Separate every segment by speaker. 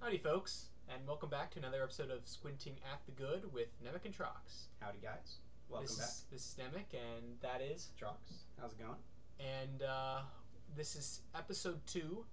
Speaker 1: Howdy, folks, and welcome back to another episode of Squinting at the Good with Nemec and Trox.
Speaker 2: Howdy, guys. Welcome
Speaker 1: this
Speaker 2: back.
Speaker 1: Is, this is Nemec, and that is.
Speaker 2: Trox, how's it going?
Speaker 1: And uh, this is episode two.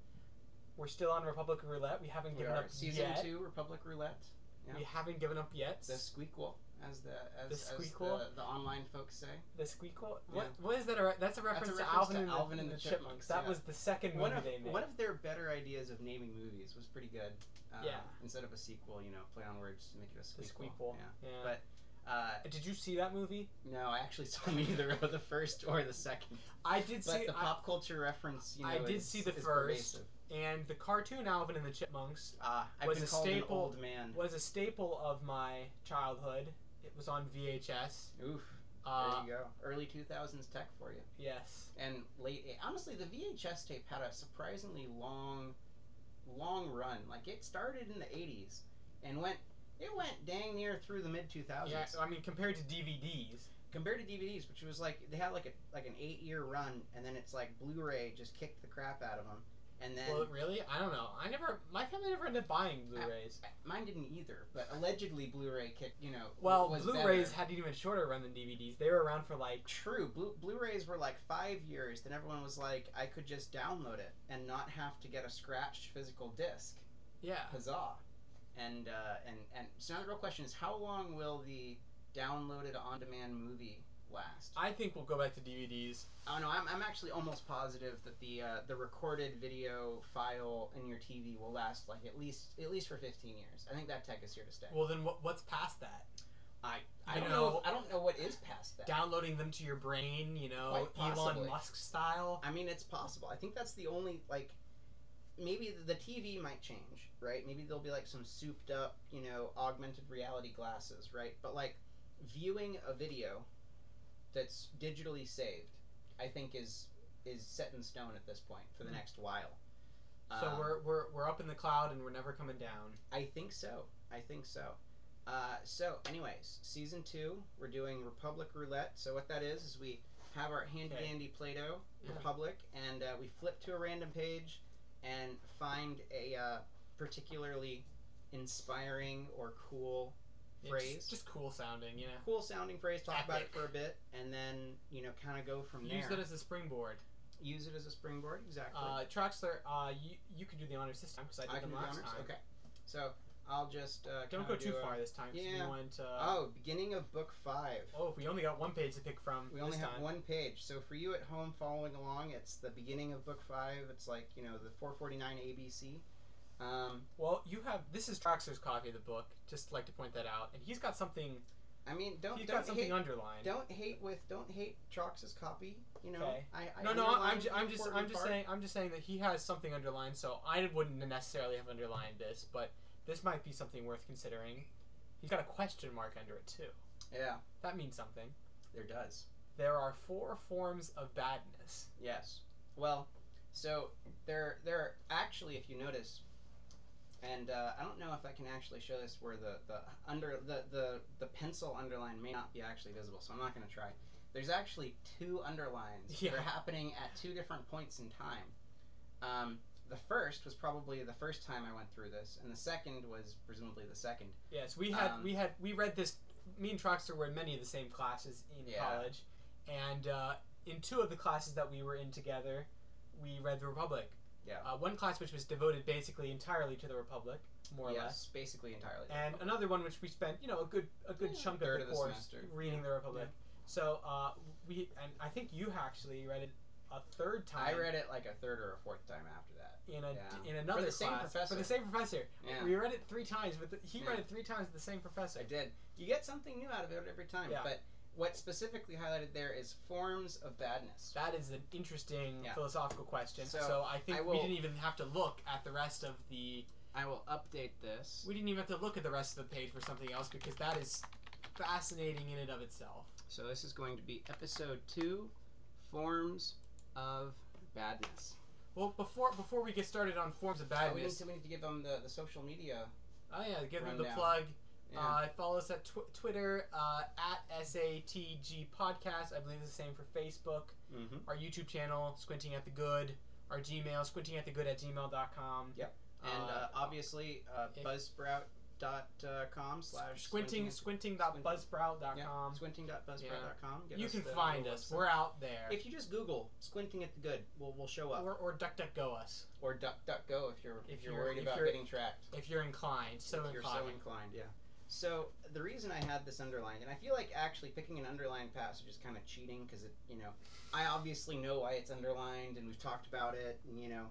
Speaker 1: We're still on Republic Roulette. We haven't given up
Speaker 2: season
Speaker 1: yet.
Speaker 2: two, Republic Roulette. yeah.
Speaker 1: We haven't given up yet.
Speaker 2: The squeakquel, as the as,
Speaker 1: The
Speaker 2: as
Speaker 1: squeakquel?
Speaker 2: the, the online folks say.
Speaker 1: The squeakle. What, what is that? A re- that's a reference,
Speaker 2: reference to
Speaker 1: Alvin,
Speaker 2: Alvin
Speaker 1: and the, Chipmunks. That
Speaker 2: yeah.
Speaker 1: was the second
Speaker 2: One
Speaker 1: movie
Speaker 2: of
Speaker 1: they made.
Speaker 2: one of their better ideas of naming movies was pretty good. Um,
Speaker 1: Yeah.
Speaker 2: Instead of a sequel, you know, play on words, make it a
Speaker 1: the
Speaker 2: squeakquel.
Speaker 1: squeakle.
Speaker 2: Yeah. But uh,
Speaker 1: Did you see that movie?
Speaker 2: no, I actually saw neither of the first or the second.
Speaker 1: I did
Speaker 2: But
Speaker 1: see.
Speaker 2: the
Speaker 1: I-
Speaker 2: pop culture reference, you know,
Speaker 1: I did
Speaker 2: is-
Speaker 1: see the
Speaker 2: is
Speaker 1: first.
Speaker 2: pervasive.
Speaker 1: and the cartoon Alvin and the Chipmunks
Speaker 2: Ah, I've
Speaker 1: Was a
Speaker 2: been called
Speaker 1: staple-
Speaker 2: an old man.
Speaker 1: was a staple of my childhood. It was on VHS.
Speaker 2: Oof.
Speaker 1: Uh,
Speaker 2: there you go. Early 2000s tech for you.
Speaker 1: Yes.
Speaker 2: And late, eh, honestly, the VHS tape had a surprisingly long, long run. Like it started in the 80s and went, it went dang near through the mid 2000s.
Speaker 1: Yeah, uh, I mean, compared to DVDs.
Speaker 2: Compared to DVDs, which was like they had like a like an eight year run, and then it's like Blu-ray just kicked the crap out of them, and then
Speaker 1: well, really? I don't know. I never. My family never ended up buying Blu-rays.
Speaker 2: mine didn't either. But allegedly, Blu-ray kicked. You know,
Speaker 1: well,
Speaker 2: was
Speaker 1: Blu-rays
Speaker 2: better.
Speaker 1: had an even shorter run than DVDs. They were around for like.
Speaker 2: True. Blu- Blu-rays were like five years. Then everyone was like, I could just download it and not have to get a scratched physical disc.
Speaker 1: Yeah.
Speaker 2: Huzzah! And uh, and and so now the real question is, how long will the downloaded on-demand movie last?
Speaker 1: I think we'll go back to DVDs.
Speaker 2: Oh no, I'm, I'm actually almost positive that the uh, the recorded video file in your TV will last like at least at least for 15 years. I think that tech is here to stay.
Speaker 1: Well, then what, what's past that?
Speaker 2: I I
Speaker 1: you
Speaker 2: don't
Speaker 1: know-
Speaker 2: know. if- I don't know what is past that.
Speaker 1: Downloading them to your brain, you know,
Speaker 2: Quite
Speaker 1: Elon
Speaker 2: possibly.
Speaker 1: Musk style.
Speaker 2: I mean, it's possible. I think that's the only like. Maybe the- the TV might change, right? Maybe there'll be like some souped up, you know, augmented reality glasses, right? But like viewing a video that's digitally saved, I think is is set in stone at this point for the
Speaker 1: Mhm.
Speaker 2: next while.
Speaker 1: so
Speaker 2: Um,
Speaker 1: we're, we're we're up in the cloud and we're never coming down.
Speaker 2: I think so. I think so. Uh, so, anyways, season two, we're doing Republic Roulette. So, what that is, is we have our handy
Speaker 1: Okay.
Speaker 2: dandy Play Doh
Speaker 1: Yeah.
Speaker 2: Republic, and uh, we flip to a random page and find a uh, particularly inspiring or cool,
Speaker 1: It's
Speaker 2: Phrase.
Speaker 1: just cool sounding, you know.
Speaker 2: cool sounding phrase, talk about it
Speaker 1: Epic.
Speaker 2: for a bit, and then, you know, kind of go from
Speaker 1: Use
Speaker 2: there.
Speaker 1: that as a springboard.
Speaker 2: Use it as a springboard, exactly.
Speaker 1: Uh, Troxler, uh, you you could do the honors this time because I did
Speaker 2: I can
Speaker 1: them
Speaker 2: do
Speaker 1: last
Speaker 2: honors?
Speaker 1: time.
Speaker 2: Okay. So, I'll just. Uh,
Speaker 1: Don't
Speaker 2: kinda
Speaker 1: go too
Speaker 2: do a-
Speaker 1: far this time. 'cause
Speaker 2: Yeah.
Speaker 1: We went. Uh,
Speaker 2: Oh, beginning of book five.
Speaker 1: oh. if we only got one page to pick from.
Speaker 2: We only
Speaker 1: this
Speaker 2: have
Speaker 1: time.
Speaker 2: one page, so for you at home following along, it's the beginning of book five. It's like you know the 449 ABC. Um,
Speaker 1: Well, you have. This is Troxler's copy of the book. Just like to point that out, and he's got something.
Speaker 2: I mean, don't
Speaker 1: he's
Speaker 2: don't
Speaker 1: got something
Speaker 2: hate,
Speaker 1: underlined.
Speaker 2: don't hate with don't hate Trox's copy. You know,
Speaker 1: Okay.
Speaker 2: I, I
Speaker 1: no, no, I'm,
Speaker 2: underlined
Speaker 1: ju-
Speaker 2: the
Speaker 1: I'm just, I'm
Speaker 2: important
Speaker 1: just
Speaker 2: part.
Speaker 1: saying, I'm just saying that he has something underlined. So I wouldn't necessarily have underlined this, but this might be something worth considering. He's got a question mark under it too.
Speaker 2: Yeah,
Speaker 1: That means something.
Speaker 2: there does.
Speaker 1: There are four forms of badness.
Speaker 2: Yes. Well, so there there are actually, if you notice, and uh, I don't know if I can actually show this where the, the under the, the the pencil underline may not be actually visible, so I'm not going to try. There's actually two underlines that
Speaker 1: Yeah.
Speaker 2: are happening at two different points in time. Um, the first was probably the first time I went through this, and the second was presumably the second.
Speaker 1: Yes, we had
Speaker 2: Um,
Speaker 1: we had we read this. Me and Troxter were in many of the same classes in
Speaker 2: Yeah.
Speaker 1: college, and uh, in two of the classes that we were in together, we read the Republic.
Speaker 2: Yeah.
Speaker 1: Uh, one class which was devoted basically entirely to the Republic, more or
Speaker 2: yes,
Speaker 1: less,
Speaker 2: basically entirely.
Speaker 1: and another one which we spent you know a good a good
Speaker 2: Yeah,
Speaker 1: chunk of
Speaker 2: third of
Speaker 1: the
Speaker 2: the
Speaker 1: course
Speaker 2: semester.
Speaker 1: reading the Republic. So uh, we and I think you actually read it a third time.
Speaker 2: I read it like a third or a fourth time after that.
Speaker 1: in a
Speaker 2: Yeah.
Speaker 1: in another
Speaker 2: For the same
Speaker 1: class for the
Speaker 2: professor.
Speaker 1: same professor.
Speaker 2: Yeah.
Speaker 1: We read it three times, but the, he
Speaker 2: Yeah.
Speaker 1: read it three times with the same professor.
Speaker 2: I did. You get something new out of it every time.
Speaker 1: Yeah.
Speaker 2: But what's specifically highlighted there is forms of badness.
Speaker 1: That is an interesting
Speaker 2: Yeah.
Speaker 1: philosophical question. So,
Speaker 2: So,
Speaker 1: I think
Speaker 2: I
Speaker 1: we
Speaker 2: will-
Speaker 1: didn't even have to look at the rest of the.
Speaker 2: I will update this.
Speaker 1: We didn't even have to look at the rest of the page for something else because that is fascinating in and of itself.
Speaker 2: So this is going to be episode two, forms of badness.
Speaker 1: Well, before before we get started on forms of
Speaker 2: Oh, we, need
Speaker 1: badness,
Speaker 2: to, we need to give them the, the social media.
Speaker 1: oh yeah, give them the
Speaker 2: Rundown.
Speaker 1: plug.
Speaker 2: Yeah.
Speaker 1: Uh, follow us at tw- Twitter uh, at SATG Podcast. I believe it's the same for Facebook.
Speaker 2: mm-hmm.
Speaker 1: Our YouTube channel, Squinting at the Good. Our Gmail, squinting at the good at gmail.com.
Speaker 2: Yep. and uh,
Speaker 1: Uh,
Speaker 2: obviously uh,
Speaker 1: if-
Speaker 2: buzzsprout.com slash
Speaker 1: squinting, squinting.buzzsprout.com.
Speaker 2: Yeah, squinting.buzzsprout.com. Give
Speaker 1: you
Speaker 2: us
Speaker 1: can
Speaker 2: the-
Speaker 1: find
Speaker 2: the
Speaker 1: us.
Speaker 2: website.
Speaker 1: We're out there.
Speaker 2: If you just Google squinting at the good, we'll, we'll show up.
Speaker 1: or, or DuckDuckGo us
Speaker 2: Or DuckDuckGo if you're if,
Speaker 1: If
Speaker 2: you're,
Speaker 1: you're-
Speaker 2: worried
Speaker 1: if
Speaker 2: about
Speaker 1: you're-
Speaker 2: getting tracked.
Speaker 1: if you're inclined. So
Speaker 2: if you're
Speaker 1: inclined.
Speaker 2: so inclined, yeah. So the reason I had this underlined, and I feel like actually picking an underlined passage is kind of cheating because it, you know, I obviously know why it's underlined and we've talked about it, and you know,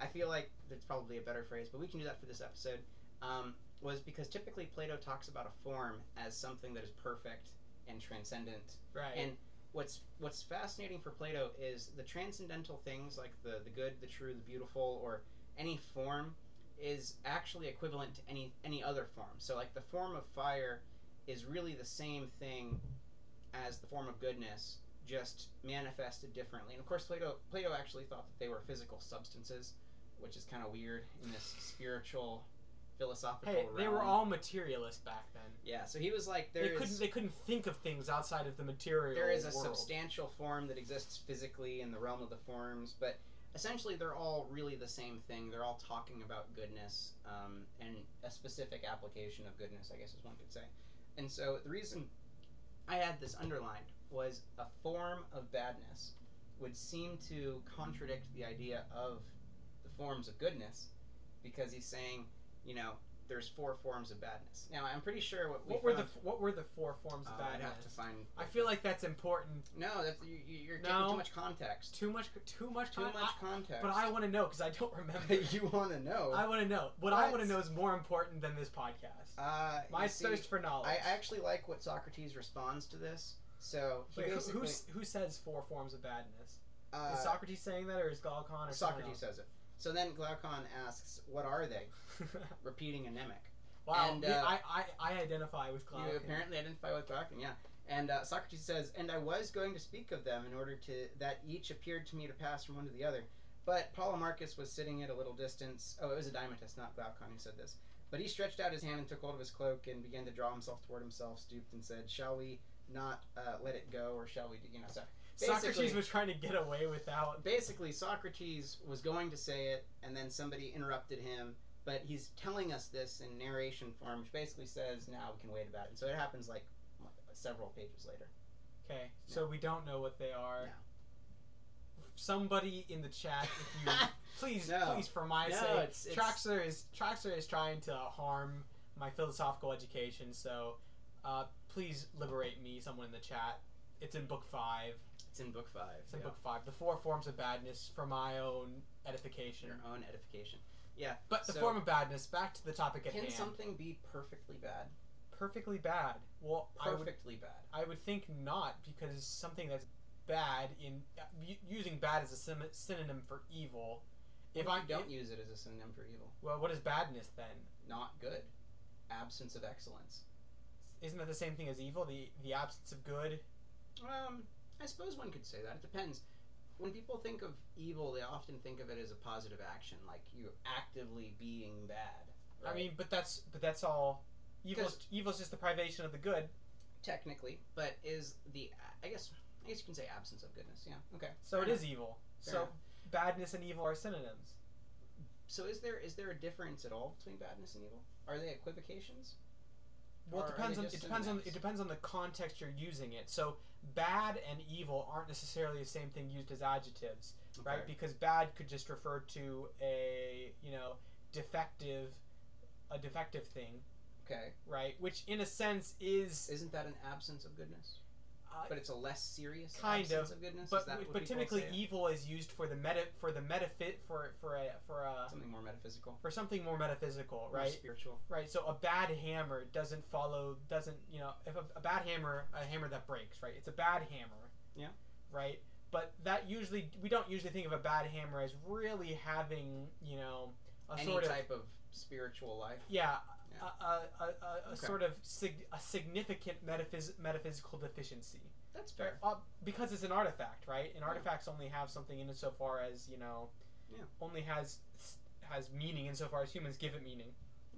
Speaker 2: I feel like that's probably a better phrase, but we can do that for this episode. Um, was because typically Plato talks about a form as something that is perfect and transcendent
Speaker 1: right.
Speaker 2: and what's what's fascinating for Plato is the transcendental things like the the good, the true, the beautiful, or any form is actually equivalent to any any other form. So like the form of fire is really the same thing as the form of goodness, just manifested differently. And of course, Plato Plato actually thought that they were physical substances, which is kind of weird in this spiritual philosophical
Speaker 1: hey, they were
Speaker 2: realm.
Speaker 1: all materialist back then.
Speaker 2: yeah. So he was like, there
Speaker 1: They
Speaker 2: is.
Speaker 1: couldn't. They couldn't think of things outside of the material.
Speaker 2: there is a
Speaker 1: world.
Speaker 2: substantial form that exists physically in the realm of the forms, but essentially they're all really the same thing. They're all talking about goodness um, and a specific application of goodness, I guess is one could say. And so the reason I had this underlined was a form of badness would seem to contradict the idea of the forms of goodness because he's saying, you know, there's four forms of badness. Now, I'm pretty sure what we
Speaker 1: What were the
Speaker 2: found-
Speaker 1: What were the four forms of
Speaker 2: uh, I'd
Speaker 1: badness?
Speaker 2: have to find
Speaker 1: I feel like that's important.
Speaker 2: no, that's you, you- you're taking
Speaker 1: No.
Speaker 2: too much context.
Speaker 1: Too much. Too much.
Speaker 2: Too
Speaker 1: con-
Speaker 2: much context.
Speaker 1: I, but I want to know because I don't remember.
Speaker 2: you want to know.
Speaker 1: I want to know. What, I want
Speaker 2: What?
Speaker 1: to know is more important than this podcast.
Speaker 2: uh,
Speaker 1: My
Speaker 2: you see,
Speaker 1: thirst for knowledge.
Speaker 2: I actually like what Socrates responds to this. So he
Speaker 1: Wait, who,
Speaker 2: basically,
Speaker 1: who s- who says four forms of badness?
Speaker 2: uh,
Speaker 1: is Socrates saying that, or is Glaucon or someone
Speaker 2: Socrates says it. So then Glaucon asks, "What are they?"
Speaker 1: else?
Speaker 2: Repeating a mimic.
Speaker 1: wow,
Speaker 2: And,
Speaker 1: we-
Speaker 2: uh,
Speaker 1: I, I I identify with Glaucon.
Speaker 2: You apparently identify with Glaucon, yeah. And uh, Socrates says, "And I was going to speak of them in order to that each appeared to me to pass from one to the other, but Polemarchus was sitting at a little distance. Oh, it was Adimatus, not Glaucon, who said this. But he stretched out his hand and took hold of his cloak and began to draw himself toward himself, stooped and said, "Shall we not uh, let it go, or shall we?" Do, you know, so
Speaker 1: Socrates
Speaker 2: basically-
Speaker 1: was trying to get away without.
Speaker 2: basically Socrates was going to say it, and then somebody interrupted him. But he's telling us this in narration form, which basically says, "Now we can wait about it." And so it happens like several pages later.
Speaker 1: Okay, so we don't know what they are.
Speaker 2: No.
Speaker 1: Somebody in the chat, if you please,
Speaker 2: No.
Speaker 1: please, for my
Speaker 2: No,
Speaker 1: sake,
Speaker 2: it's- it's-
Speaker 1: Traxler is Traxler is trying to harm my philosophical education. So, uh, please liberate me, someone in the chat. It's in book five.
Speaker 2: it's in book five.
Speaker 1: It's in book five. The four forms of badness for my own edification.
Speaker 2: Your own edification.
Speaker 1: But the
Speaker 2: So-
Speaker 1: form of badness. Back to the topic at
Speaker 2: Can
Speaker 1: hand.
Speaker 2: something be perfectly bad?
Speaker 1: Perfectly bad. Well, I would
Speaker 2: Perfectly bad.
Speaker 1: I would think not because something that's bad in uh, u- using bad as a sym- synonym for evil. If
Speaker 2: What
Speaker 1: I
Speaker 2: you don't use it as a synonym for evil,
Speaker 1: well, what is badness then?
Speaker 2: not good, absence of excellence.
Speaker 1: Isn't that the same thing as evil? The the absence of good.
Speaker 2: Um, I suppose one could say that. It depends. When people think of evil, they often think of it as a positive action, like you actively being bad.
Speaker 1: I
Speaker 2: right?
Speaker 1: mean, but that's but that's all. Evil.
Speaker 2: Because-
Speaker 1: Evil is just the privation of the good.
Speaker 2: technically, but is the I guess I guess you can say absence of goodness. Yeah. Okay.
Speaker 1: So it
Speaker 2: Fair
Speaker 1: is evil.
Speaker 2: Fair
Speaker 1: so
Speaker 2: enough.
Speaker 1: badness and evil are synonyms.
Speaker 2: So is there is there a difference at all between badness and evil? Are they equivocations?
Speaker 1: Well,
Speaker 2: Or
Speaker 1: it
Speaker 2: are
Speaker 1: depends
Speaker 2: they
Speaker 1: on
Speaker 2: just
Speaker 1: it depends on
Speaker 2: synonyms?
Speaker 1: it depends on the context you're using it. So bad and evil aren't necessarily the same thing used as adjectives, right?
Speaker 2: Okay.
Speaker 1: Because bad could just refer to a you know defective, a defective thing,
Speaker 2: Okay.
Speaker 1: right? Which in a sense is
Speaker 2: Isn't that an absence of goodness?
Speaker 1: Uh,
Speaker 2: but it's a less serious
Speaker 1: kind
Speaker 2: absence
Speaker 1: of,
Speaker 2: of goodness. is
Speaker 1: but
Speaker 2: that what
Speaker 1: but
Speaker 2: people
Speaker 1: typically
Speaker 2: say?
Speaker 1: evil is used for the meta for the metafit for for a for a
Speaker 2: something more metaphysical,
Speaker 1: for something more metaphysical,
Speaker 2: more
Speaker 1: right?
Speaker 2: spiritual.
Speaker 1: Right, so a bad hammer doesn't follow doesn't you know if a, a bad hammer a hammer that breaks right it's a bad hammer
Speaker 2: Yeah.
Speaker 1: right but that usually we don't usually think of a bad hammer as really having you know a
Speaker 2: Any
Speaker 1: sort of
Speaker 2: type of spiritual life.
Speaker 1: yeah,
Speaker 2: Yeah.
Speaker 1: a, a, a, a, a
Speaker 2: Okay.
Speaker 1: sort of sig- a significant metaphys- metaphysical deficiency
Speaker 2: That's fair.
Speaker 1: uh, because it's an artifact right and
Speaker 2: Yeah.
Speaker 1: artifacts only have something in it so far as you know
Speaker 2: Yeah.
Speaker 1: only has has meaning insofar as humans give it meaning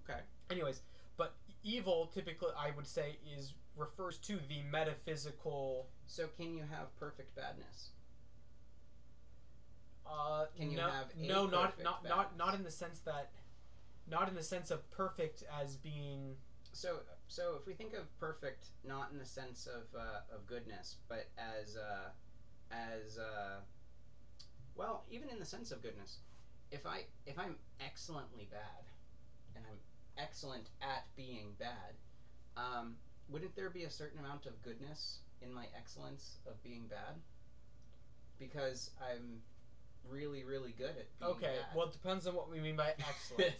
Speaker 2: Okay.
Speaker 1: anyways but evil typically i would say is refers to the metaphysical
Speaker 2: So can you have perfect badness?
Speaker 1: uh
Speaker 2: Can you
Speaker 1: no,
Speaker 2: have a
Speaker 1: uh, no not
Speaker 2: perfect
Speaker 1: not, not
Speaker 2: balance?
Speaker 1: not in the sense that not in the sense of perfect as being
Speaker 2: So, so if we think of perfect, not in the sense of uh, of goodness, but as uh, as uh, well, even in the sense of goodness, if I if I'm excellently bad, and I'm excellent at being bad, um, wouldn't there be a certain amount of goodness in my excellence of being bad? Because I'm really, really good at being
Speaker 1: okay.
Speaker 2: bad.
Speaker 1: Well, it depends on what we mean by excellent.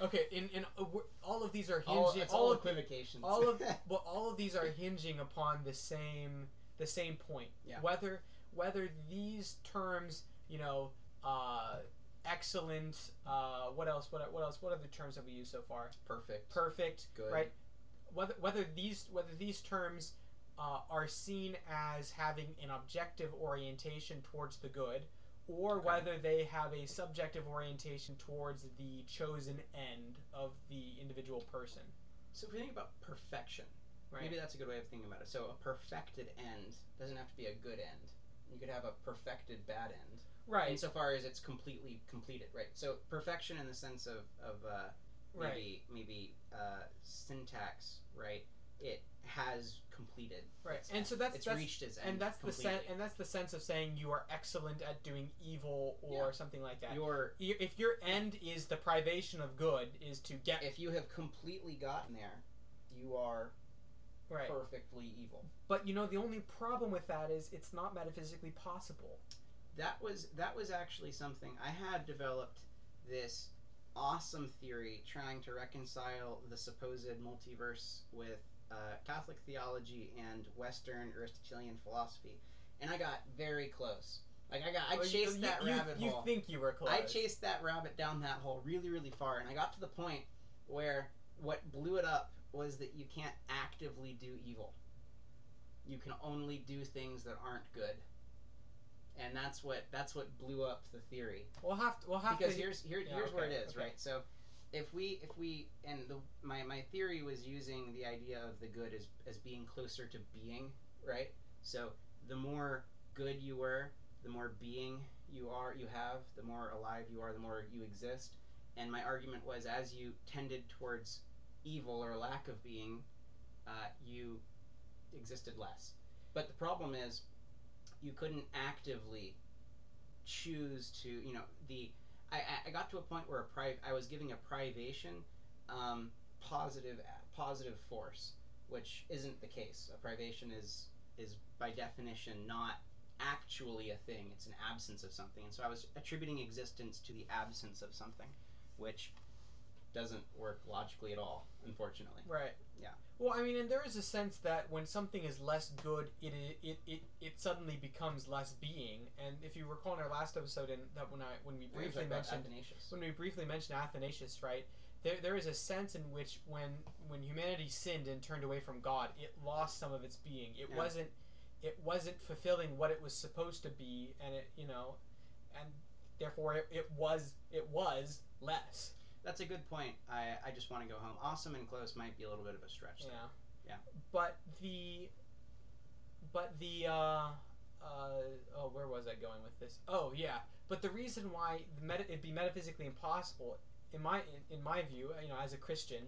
Speaker 1: okay, in in uh, we're- all of these are
Speaker 2: all,
Speaker 1: hinging
Speaker 2: it's
Speaker 1: all,
Speaker 2: all
Speaker 1: of
Speaker 2: equivocations.
Speaker 1: all of- well, all of these are hinging upon the same the same point.
Speaker 2: Yeah.
Speaker 1: Whether whether these terms, you know, uh, excellent. Uh, what else? What what else? What are the terms that we use so far?
Speaker 2: perfect.
Speaker 1: Perfect.
Speaker 2: good.
Speaker 1: right. Whether whether these whether these terms uh, are seen as having an objective orientation towards the good, or
Speaker 2: Okay.
Speaker 1: whether they have a subjective orientation towards the chosen end of the individual person.
Speaker 2: So if we think about perfection,
Speaker 1: Right.
Speaker 2: maybe that's a good way of thinking about it. So a perfected end doesn't have to be a good end. You could have a perfected bad end,
Speaker 1: right.
Speaker 2: insofar as it's completely completed, right? So perfection in the sense of, of uh,
Speaker 1: Right.
Speaker 2: maybe maybe uh, syntax, right? It has completed,
Speaker 1: Right,
Speaker 2: its
Speaker 1: and
Speaker 2: end.
Speaker 1: so that's
Speaker 2: it's
Speaker 1: that's
Speaker 2: reached its end,
Speaker 1: and that's the
Speaker 2: completely.
Speaker 1: sen- and that's the sense of saying you are excellent at doing evil or
Speaker 2: Yeah.
Speaker 1: something like that.
Speaker 2: Your
Speaker 1: Y- if your end is the privation of good, is to get
Speaker 2: if you have completely gotten there, you are
Speaker 1: right.
Speaker 2: perfectly evil.
Speaker 1: But you know the only problem with that is it's not metaphysically possible.
Speaker 2: that was that was actually something I had developed this awesome theory trying to reconcile the supposed multiverse with uh, Catholic theology and Western Aristotelian philosophy, and I got very close. Like I got, I
Speaker 1: Or Oh, you-
Speaker 2: chased
Speaker 1: you-
Speaker 2: that
Speaker 1: you-
Speaker 2: rabbit
Speaker 1: You
Speaker 2: hole.
Speaker 1: think you were close?
Speaker 2: I chased that rabbit down that hole really, really far, and I got to the point where what blew it up was that you can't actively do evil. You can only do things that aren't good, and that's what that's what blew up the theory.
Speaker 1: We'll have to. We'll have
Speaker 2: Because
Speaker 1: to.
Speaker 2: here's here,
Speaker 1: yeah,
Speaker 2: here's where it
Speaker 1: okay,
Speaker 2: is,
Speaker 1: okay.
Speaker 2: right? So, if we if we and the my my theory was using the idea of the good as as being closer to being, right? So the more good you were, the more being you are, you have, the more alive you are, the more you exist. And my argument was, as you tended towards evil or lack of being, uh, you existed less. But the problem is, you couldn't actively choose to, you know, the. I, I- I got to a point where a pri- I was giving a privation um, positive positive force, which isn't the case. A privation is is by definition not actually a thing. It's an absence of something, and so I was attributing existence to the absence of something, which doesn't work logically at all, unfortunately.
Speaker 1: Right.
Speaker 2: Yeah.
Speaker 1: Well, I mean, and there is a sense that when something is less good, it i- it it, it suddenly becomes less being. And if you recall in our last episode, and that when I when we
Speaker 2: We were
Speaker 1: briefly
Speaker 2: talking about
Speaker 1: mentioned
Speaker 2: Athanasius.
Speaker 1: when we briefly mentioned Athanasius, right? There, there is a sense in which when when humanity sinned and turned away from God, it lost some of its being. It
Speaker 2: Yeah.
Speaker 1: wasn't it wasn't fulfilling what it was supposed to be, and it you know, and therefore it, it was it was less.
Speaker 2: That's a good point. I, I just want to go home. Awesome and close might be a little bit of a stretch.
Speaker 1: Yeah.
Speaker 2: there. Yeah.
Speaker 1: But the but the uh, uh, oh, where was I going with this? Oh yeah. But the reason why the meta- it'd be metaphysically impossible, in my in, in my view, you know, as a Christian,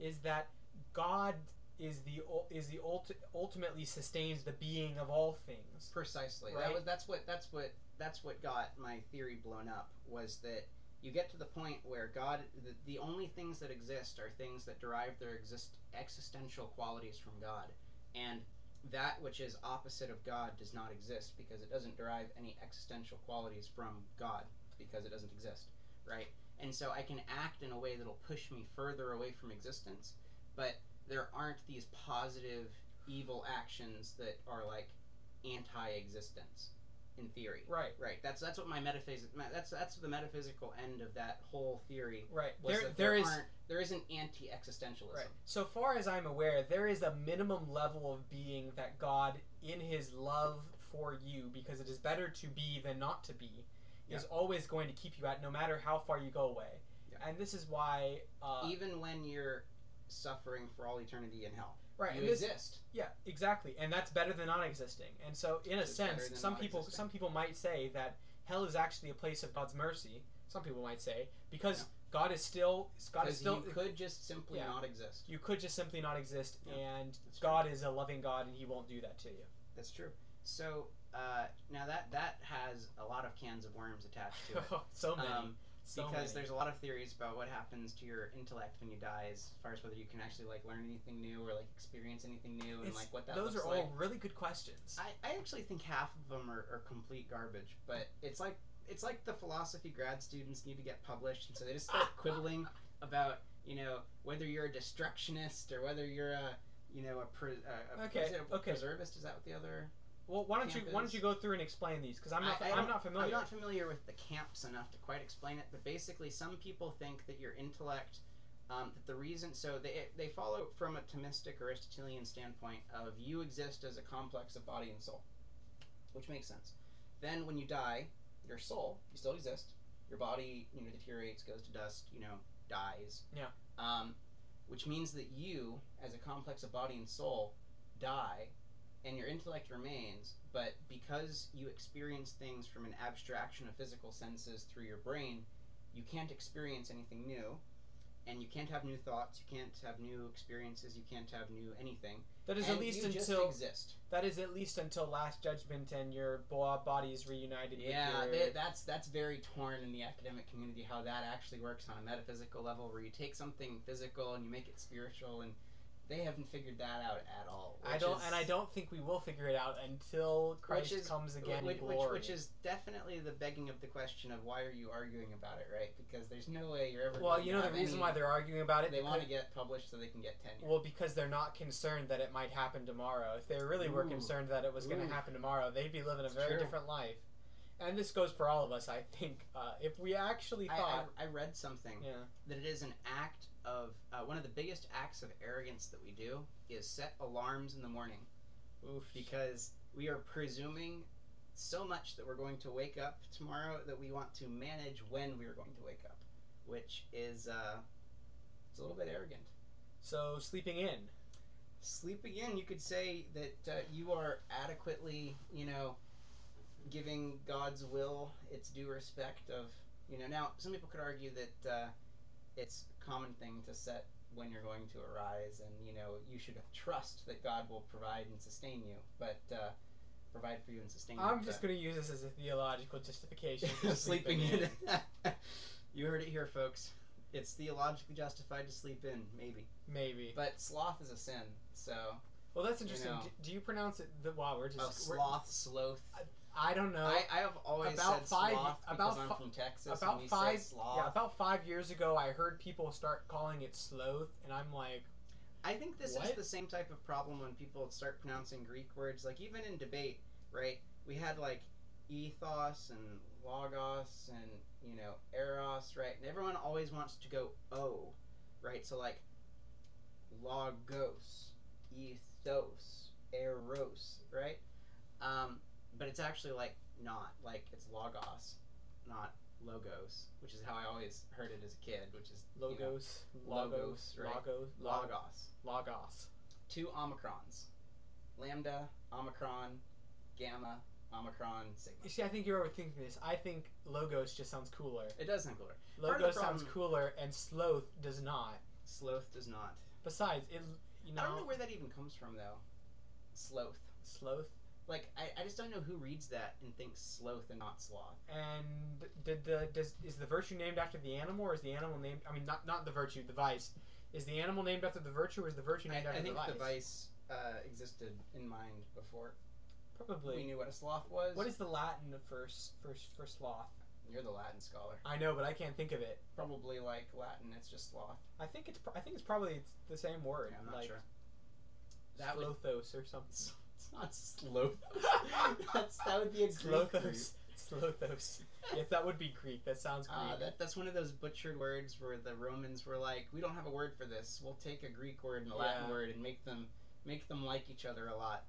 Speaker 1: is that God is the ul- is the ult- ultimately sustains the being of all things.
Speaker 2: Precisely.
Speaker 1: Right?
Speaker 2: That was that's what that's what that's what got my theory blown up was that you get to the point where God the, the only things that exist are things that derive their exist existential qualities from God. And that which is opposite of God does not exist because it doesn't derive any existential qualities from God because it doesn't exist, right? And so I can act in a way that'll push me further away from existence, but there aren't these positive evil actions that are like anti-existence in theory.
Speaker 1: Right.
Speaker 2: Right. That's that's what my metaphysic ma- that's that's the metaphysical end of that whole theory
Speaker 1: Right.
Speaker 2: was
Speaker 1: there
Speaker 2: that
Speaker 1: there is
Speaker 2: aren't, there isn't anti-existentialism.
Speaker 1: Right. So far as I'm aware, there is a minimum level of being that God, in His love for you, because it is better to be than not to be, is always going to keep you at, no matter how far you go away.
Speaker 2: Yeah.
Speaker 1: And this is why, uh,
Speaker 2: Even when you're suffering for all eternity in hell,
Speaker 1: right?
Speaker 2: you
Speaker 1: and this-
Speaker 2: exist.
Speaker 1: yeah, exactly. And that's better than not existing. And so, in a
Speaker 2: It's better
Speaker 1: sense,
Speaker 2: than
Speaker 1: some
Speaker 2: not
Speaker 1: people,
Speaker 2: existing.
Speaker 1: some people might say that hell is actually a place of God's mercy. Some people might say because God is still God is
Speaker 2: Because
Speaker 1: still
Speaker 2: you could just simply
Speaker 1: Yeah.
Speaker 2: not exist.
Speaker 1: you could just simply not exist,
Speaker 2: Yeah.
Speaker 1: and
Speaker 2: That's
Speaker 1: God is a loving God, and He won't do that to you.
Speaker 2: That's true. So uh, now that that has a lot of cans of worms attached to it.
Speaker 1: Oh, so many,
Speaker 2: Um,
Speaker 1: so
Speaker 2: because
Speaker 1: many.
Speaker 2: there's a lot of theories about what happens to your intellect when you die, as far as whether you can actually like learn anything new or like experience anything new, and
Speaker 1: It's-
Speaker 2: like what that
Speaker 1: those
Speaker 2: looks
Speaker 1: are
Speaker 2: like.
Speaker 1: all really good questions.
Speaker 2: I, I actually think half of them are, are complete garbage, but it's like it's like the philosophy grad students need to get published, and so they just start quibbling about you know whether you're a destructionist or whether you're a you know a, pre, a, a
Speaker 1: Okay,
Speaker 2: is it a
Speaker 1: okay.
Speaker 2: preservist. Is that what the other?
Speaker 1: well, why don't you why don't
Speaker 2: campus-
Speaker 1: you go through and explain these? Because I'm not
Speaker 2: I- I
Speaker 1: am
Speaker 2: don't-
Speaker 1: not familiar.
Speaker 2: I'm not familiar with the camps enough to quite explain it, but basically, some people think that your intellect, um, that the reason, so they, they follow from a Thomistic Aristotelian standpoint of you exist as a complex of body and soul, which makes sense. Then when you die, your soul, you still exist. Your body, you know, deteriorates, goes to dust, you know, dies.
Speaker 1: Yeah.
Speaker 2: Um, which means that you, as a complex of body and soul, die and your intellect remains, but because you experience things from an abstraction of physical senses through your brain, you can't experience anything new, and you can't have new thoughts, you can't have new experiences, you can't have new anything.
Speaker 1: that is
Speaker 2: and
Speaker 1: at least
Speaker 2: you just
Speaker 1: until
Speaker 2: exist.
Speaker 1: that is at least until Last Judgment, and your bo- body is reunited.
Speaker 2: Yeah,
Speaker 1: with your,
Speaker 2: they, that's that's very torn in the academic community how that actually works on a metaphysical level, where you take something physical and you make it spiritual, and they haven't figured that out at all.
Speaker 1: I
Speaker 2: which
Speaker 1: don't,
Speaker 2: is-
Speaker 1: and I don't think we will figure it out until Christ
Speaker 2: is-
Speaker 1: comes again
Speaker 2: which,
Speaker 1: in
Speaker 2: which,
Speaker 1: glory.
Speaker 2: which is definitely the begging of the question of why are you arguing about it, right? Because there's no way you're ever.
Speaker 1: well,
Speaker 2: going
Speaker 1: you
Speaker 2: to
Speaker 1: know the
Speaker 2: have
Speaker 1: reason
Speaker 2: any-
Speaker 1: why they're arguing about it.
Speaker 2: they want to
Speaker 1: because-
Speaker 2: get published so they can get tenure.
Speaker 1: well, because they're not concerned that it might happen tomorrow. If they really were
Speaker 2: Ooh.
Speaker 1: concerned that it was going to
Speaker 2: Ooh.
Speaker 1: happen tomorrow, they'd be living a
Speaker 2: It's
Speaker 1: very
Speaker 2: true.
Speaker 1: different life. And this goes for all of us, I think. Uh, if we actually
Speaker 2: I, I,
Speaker 1: thought,
Speaker 2: I read something
Speaker 1: yeah,
Speaker 2: that it is an act of uh, one of the biggest acts of arrogance that we do is set alarms in the morning
Speaker 1: oof,
Speaker 2: because we are presuming so much that we're going to wake up tomorrow that we want to manage when we are going to wake up, which is uh, it's a little bit arrogant.
Speaker 1: so sleeping in.
Speaker 2: sleep again you could say that uh, you are adequately you know giving god's will its due respect of you know now some people could argue that uh, it's a common thing to set when you're going to arise and you know you should trust that god will provide and sustain you but uh, provide for you and sustain you
Speaker 1: I'm
Speaker 2: but-
Speaker 1: just going to use this as a theological justification for
Speaker 2: sleeping in you heard it here folks it's theologically justified to sleep in maybe
Speaker 1: Maybe.
Speaker 2: but sloth is a sin so
Speaker 1: Well, that's interesting.
Speaker 2: know.
Speaker 1: do, do you pronounce it? The, wow, we're just
Speaker 2: Oh,
Speaker 1: we're-
Speaker 2: sloth, sloth.
Speaker 1: I don't know.
Speaker 2: I, I have always
Speaker 1: About
Speaker 2: said
Speaker 1: five-
Speaker 2: sloth
Speaker 1: about
Speaker 2: because I'm
Speaker 1: fi-
Speaker 2: from Texas.
Speaker 1: about
Speaker 2: and we
Speaker 1: five-
Speaker 2: Say sloth.
Speaker 1: Yeah, about five years ago, I heard people start calling it sloth, and I'm like,
Speaker 2: I think this is
Speaker 1: What?
Speaker 2: the same type of problem when people start pronouncing Greek words. Like even in debate, right? We had like ethos and logos and you know eros, right? And everyone always wants to go o, right? So like logos, ethos, eros, right? Um, but it's actually like not like it's logos, not logos, which is how I always heard it as a kid, which is you know,
Speaker 1: logos, logos,
Speaker 2: logos, right?
Speaker 1: logos, log-
Speaker 2: logos
Speaker 1: logos.
Speaker 2: two omicrons lambda omicron gamma omicron
Speaker 1: You
Speaker 2: sigma
Speaker 1: see, I think you're overthinking this. I think logos just sounds cooler.
Speaker 2: it does sound cooler Part of the
Speaker 1: Logos sounds
Speaker 2: problem-
Speaker 1: cooler, and sloth does not.
Speaker 2: sloth does not
Speaker 1: Besides, it you know,
Speaker 2: i don't know where that even comes from though sloth
Speaker 1: sloth.
Speaker 2: like I, I just don't know who reads that and thinks sloth and not sloth
Speaker 1: And did the does is the virtue named after the animal, or is the animal named? I mean, not not the virtue, the vice. Is the animal named after the virtue, or is the virtue
Speaker 2: i,
Speaker 1: named after
Speaker 2: I think
Speaker 1: the vice?
Speaker 2: the vice uh, existed in mind before we
Speaker 1: Probably.
Speaker 2: knew what a sloth was
Speaker 1: What is the Latin for s- for s- for sloth?
Speaker 2: you're the latin scholar
Speaker 1: I know, but I can't think of it.
Speaker 2: probably like latin it's just sloth
Speaker 1: I think it's pr- I think it's probably it's the same word,
Speaker 2: yeah, i'm not
Speaker 1: like
Speaker 2: sure that would
Speaker 1: slothos or something.
Speaker 2: it's not sloth That's, that would be a Greek root.
Speaker 1: slothos, slothos. Yes, that would be Greek. That sounds Greek.
Speaker 2: Ah, that, that's one of those butchered words where the Romans were like, "We don't have a word for this. We'll take a Greek word and a Latin
Speaker 1: Yeah.
Speaker 2: word and make them make them like each other a lot,"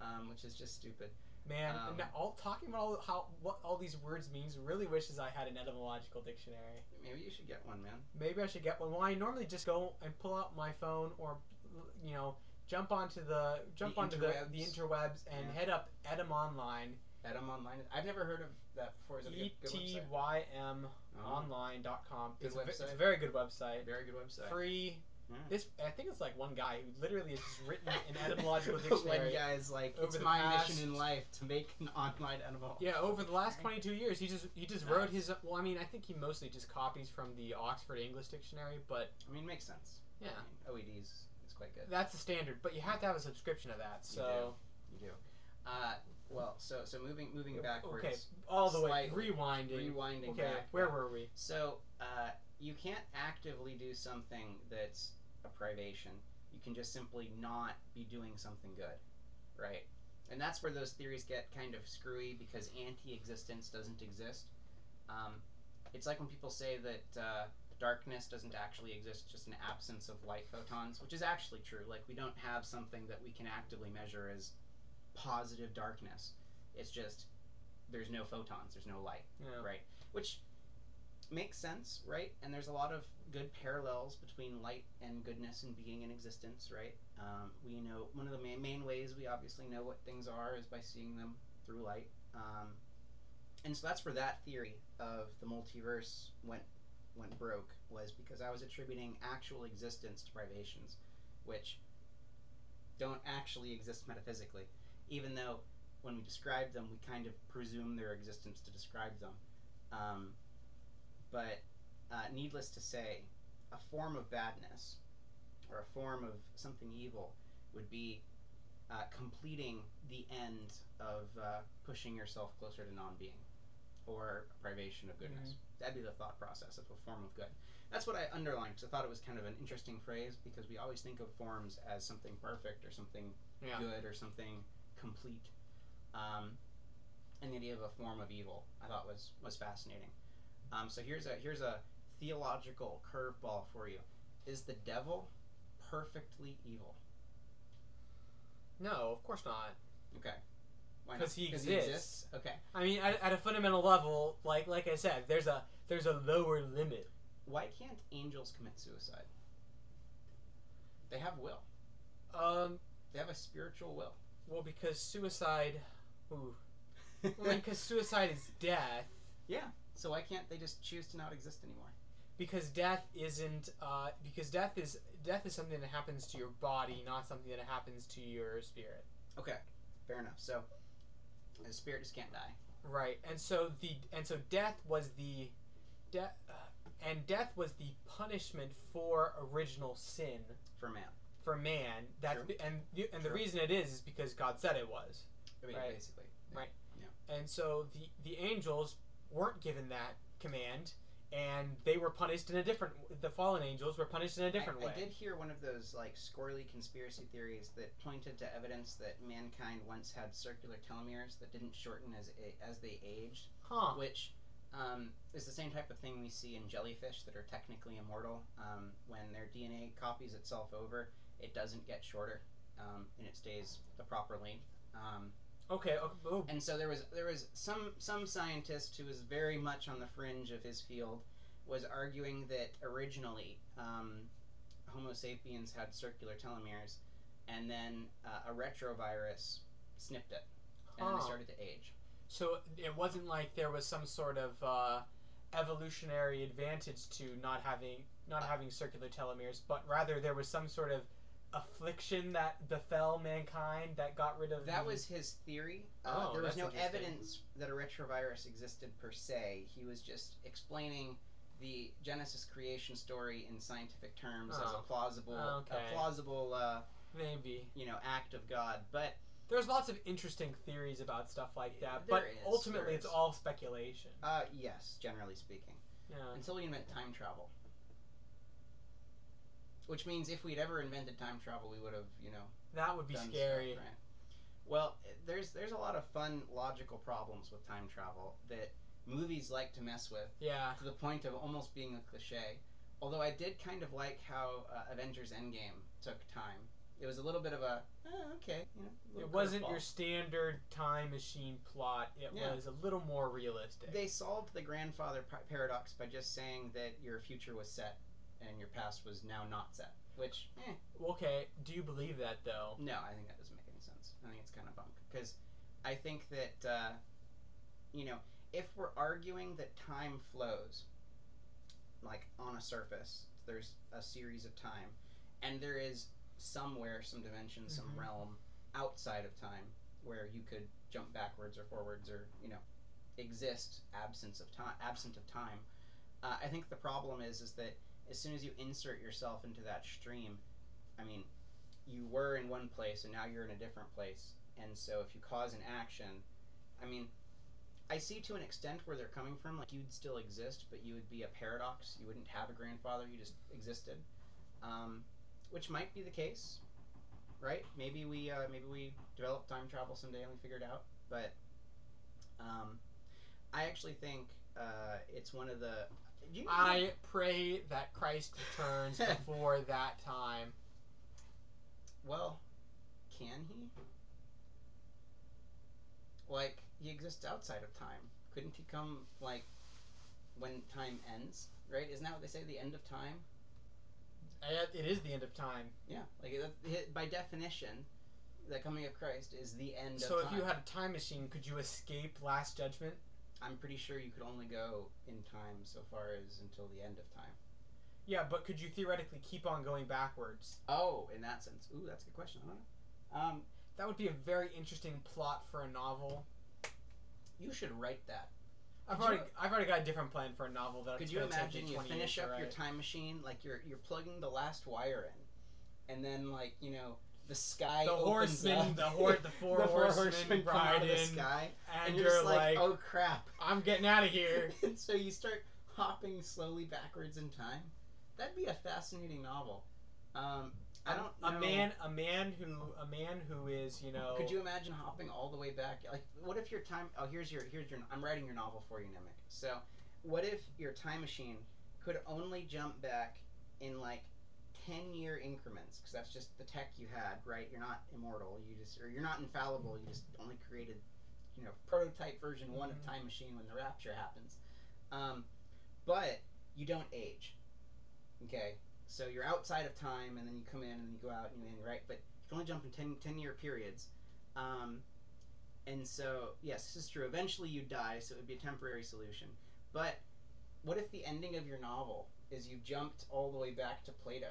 Speaker 2: um, which is just stupid.
Speaker 1: Man,
Speaker 2: um,
Speaker 1: now, all talking about all, how what all these words means really wishes I had an etymological dictionary.
Speaker 2: Maybe you should get one, man.
Speaker 1: Maybe I should get one. Well, I normally just go and pull out my phone or you know jump onto the jump
Speaker 2: The
Speaker 1: onto the, the
Speaker 2: interwebs.
Speaker 1: interwebs and
Speaker 2: Yeah.
Speaker 1: head up Edom Online
Speaker 2: Etum Online. I've never heard of that before. Is it a
Speaker 1: E
Speaker 2: good, good
Speaker 1: T
Speaker 2: website?
Speaker 1: Y M
Speaker 2: Oh,
Speaker 1: online.com.
Speaker 2: Good
Speaker 1: It's, a ve- it's
Speaker 2: website. Hmm.
Speaker 1: a very good
Speaker 2: Um,
Speaker 1: website.
Speaker 3: Very good website.
Speaker 1: Free.
Speaker 2: Yeah.
Speaker 1: This I think it's like one guy who literally has just written an etymological dictionary.
Speaker 2: One guy's like,
Speaker 1: over
Speaker 2: it's
Speaker 1: the
Speaker 2: my
Speaker 1: past-
Speaker 2: mission in life to make an online animal.
Speaker 1: Yeah, over the last 22 years, he just he just wrote
Speaker 3: Nice.
Speaker 1: his. Well, I mean, I think he mostly just copies from the Oxford English Dictionary, but
Speaker 2: I mean, makes sense.
Speaker 1: yeah,
Speaker 2: I mean, OEDs is quite good.
Speaker 1: that's the standard. But you have to have a subscription to that.
Speaker 2: You
Speaker 1: So
Speaker 2: You do. Uh, well, so so moving moving backwards,
Speaker 1: okay, all the way
Speaker 2: Slightly.
Speaker 1: rewinding.
Speaker 2: rewinding
Speaker 1: Okay,
Speaker 2: back.
Speaker 1: where were we?
Speaker 2: So uh, you can't actively do something that's a privation. You can just simply not be doing something good, right? And that's where those theories get kind of screwy because anti-existence doesn't exist. Um, it's like when people say that uh, darkness doesn't actually exist, just an absence of light photons, which is actually true. Like we don't have something that we can actively measure as positive darkness. It's just there's no photons, there's no light
Speaker 1: Yeah.
Speaker 2: right? Which makes sense, right? And there's a lot of good parallels between light and goodness and being in existence, right? Um, we know one of the main, main ways we obviously know what things are is by seeing them through light. Um, and so that's where that theory of the multiverse went went broke was because I was attributing actual existence to privations, which don't actually exist metaphysically, even though when we describe them we kind of presume their existence to describe them. Um, but uh, needless to say, a form of badness or a form of something evil would be uh, completing the end of uh, pushing yourself closer to non being or privation of goodness. That'd be the thought process of a form of good. That's what I underlined because I thought it was kind of an interesting phrase because we always think of forms as something perfect or something
Speaker 1: Yeah.
Speaker 2: good or something complete. Um, and the idea of a form of evil, I thought was was fascinating. Um, so here's a here's a theological curveball for you: Is the devil perfectly evil?
Speaker 1: No, of course not.
Speaker 2: Okay, why not?
Speaker 1: 'Cause he exists.
Speaker 2: Okay,
Speaker 1: I mean, at, at a fundamental level, like like I said, there's a there's a lower limit.
Speaker 2: why can't angels commit suicide? They have will.
Speaker 1: Um,
Speaker 2: They have a spiritual will.
Speaker 1: well, because suicide, ooh, I mean, because suicide is death.
Speaker 2: so why can't they just choose to not exist anymore?
Speaker 1: Because death isn't, uh, because death is death is something that happens to your body, not something that happens to your spirit.
Speaker 2: Fair enough. So the spirit just can't die.
Speaker 1: Right, and so the and so death was the, death, uh, and death was the punishment for original sin
Speaker 2: for man.
Speaker 1: for man. That's
Speaker 2: True.
Speaker 1: be- and the- and the
Speaker 2: True.
Speaker 1: reason it is is because God said it was.
Speaker 2: I mean,
Speaker 1: Right.
Speaker 2: basically.
Speaker 1: Right. and so the the angels weren't given that command and they were punished in a different the fallen angels were punished in a different
Speaker 2: I,
Speaker 1: way
Speaker 2: I did hear one of those like squirrely conspiracy theories that pointed to evidence that mankind once had circular telomeres that didn't shorten as a- as they aged,
Speaker 1: huh
Speaker 2: which um, is the same type of thing we see in jellyfish that are technically immortal. Um, when their DNA copies itself over, it doesn't get shorter um, and it stays the proper length. Um,
Speaker 1: okay, okay oh,
Speaker 2: and so there was there was some some scientist who was very much on the fringe of his field was arguing that originally um, Homo sapiens had circular telomeres, and then uh, a retrovirus snipped it, and then
Speaker 1: huh.
Speaker 2: they started to age.
Speaker 1: so it wasn't like there was some sort of uh, evolutionary advantage to not having not having circular telomeres but rather there was some sort of affliction that befell mankind that got rid of
Speaker 2: That
Speaker 1: the-
Speaker 2: was his theory. Uh,
Speaker 1: Oh,
Speaker 2: there was
Speaker 1: that's
Speaker 2: no
Speaker 1: interesting.
Speaker 2: evidence that a retrovirus existed per se. He was just explaining the Genesis creation story in scientific terms as a
Speaker 1: Oh.
Speaker 2: plausible,
Speaker 1: Okay.
Speaker 2: a plausible, uh,
Speaker 1: maybe
Speaker 2: you know, act of God. But
Speaker 1: there's lots of interesting theories about stuff like that
Speaker 2: There
Speaker 1: but
Speaker 2: is,
Speaker 1: ultimately
Speaker 2: there
Speaker 1: it's
Speaker 2: is.
Speaker 1: all speculation
Speaker 2: Uh, yes, generally speaking.
Speaker 1: yeah
Speaker 2: Until we invent time travel. Which means if we'd ever invented time travel, we would have, you know,
Speaker 1: that would be
Speaker 2: done
Speaker 1: scary
Speaker 2: stuff, right? Well, eh, there's there's a lot of fun logical problems with time travel that movies like to mess with
Speaker 1: Yeah.
Speaker 2: to the point of almost being a cliche. Although I did kind of like how uh, Avengers Endgame took time. It was a little bit of a oh, okay, you know, little
Speaker 1: It wasn't
Speaker 2: curveball.
Speaker 1: your standard time machine plot. It
Speaker 2: Yeah.
Speaker 1: was a little more realistic.
Speaker 2: They solved the grandfather par- paradox by just saying that your future was set and your past was now not set. Which, eh,
Speaker 1: okay, do you believe that though?
Speaker 2: no, I think that doesn't make any sense. I think it's kind of bunk because I think that uh, you know, if we're arguing that time flows, like on a surface, there's a series of time, and there is somewhere, some dimension, some
Speaker 1: Mhm.
Speaker 2: realm outside of time where you could jump backwards or forwards or you know exist absence of time absent of time uh, i think the problem is is that as soon as you insert yourself into that stream i mean you were in one place and now you're in a different place and so if you cause an action i mean i see to an extent where they're coming from like you'd still exist but you would be a paradox you wouldn't have a grandfather you just existed um, which might be the case right maybe we uh, maybe we develop time travel someday and we figure it out but um, i actually think uh, it's one of the do you know-
Speaker 1: I pray that Christ returns before that time.
Speaker 2: Well, can he? Like, he exists outside of time. Couldn't he come, like, when time ends? Right? Isn't that what they say? The end of time?
Speaker 1: I- Eh, It is the end of time.
Speaker 2: Yeah. Like, that, by definition, the coming of Christ is the end
Speaker 1: so
Speaker 2: of
Speaker 1: if
Speaker 2: time.
Speaker 1: you had a time machine, could you escape Last Judgment?
Speaker 2: I'm pretty sure you could only go in time so far as until the end of time.
Speaker 1: Yeah, but could you theoretically keep on going backwards?
Speaker 2: Oh, in that sense. Ooh, that's a good question. I don't know. Um,
Speaker 1: That would be a very interesting plot for a novel.
Speaker 2: you should write that.
Speaker 1: I've
Speaker 2: Could
Speaker 1: already,
Speaker 2: you-
Speaker 1: I've already got a different plan for a novel that
Speaker 2: Could
Speaker 1: it's
Speaker 2: you
Speaker 1: gonna take
Speaker 2: imagine you
Speaker 1: twenty
Speaker 2: finish
Speaker 1: years
Speaker 2: up
Speaker 1: to
Speaker 2: your
Speaker 1: write.
Speaker 2: time machine like you're you're plugging the last wire in, and then like you know the sky.
Speaker 1: The
Speaker 2: opens
Speaker 1: horsemen,
Speaker 2: up.
Speaker 1: the hor- the four horsemen
Speaker 2: come out of the
Speaker 1: ride in,
Speaker 2: sky,
Speaker 1: and,
Speaker 2: you're,
Speaker 1: you're,
Speaker 2: just
Speaker 1: like,
Speaker 2: like, oh crap!
Speaker 1: I'm getting out of here.
Speaker 2: and so you start hopping slowly backwards in time. That'd be a fascinating novel. Um, I don't.
Speaker 1: A
Speaker 2: know-
Speaker 1: man, a man who, a man who is, you know.
Speaker 2: Could you imagine hopping all the way back? Like, what if your time? Oh, here's your here's your. I'm writing your novel for you, Nemec. So, what if your time machine could only jump back in like ten year increments? Because that's just the tech you had, right? You're not immortal. You just or you're not infallible. You just only created, you know, prototype version one of
Speaker 1: Mhm.
Speaker 2: time machine when the rapture happens. Um, but you don't age. Okay, so you're outside of time, and then you come in and you go out and then right, but you can only jump in 10, 10 year periods. Um, and so, yes, this is true. Eventually you die, so it would be a temporary solution. But what if the ending of your novel is you jumped all the way back to Plato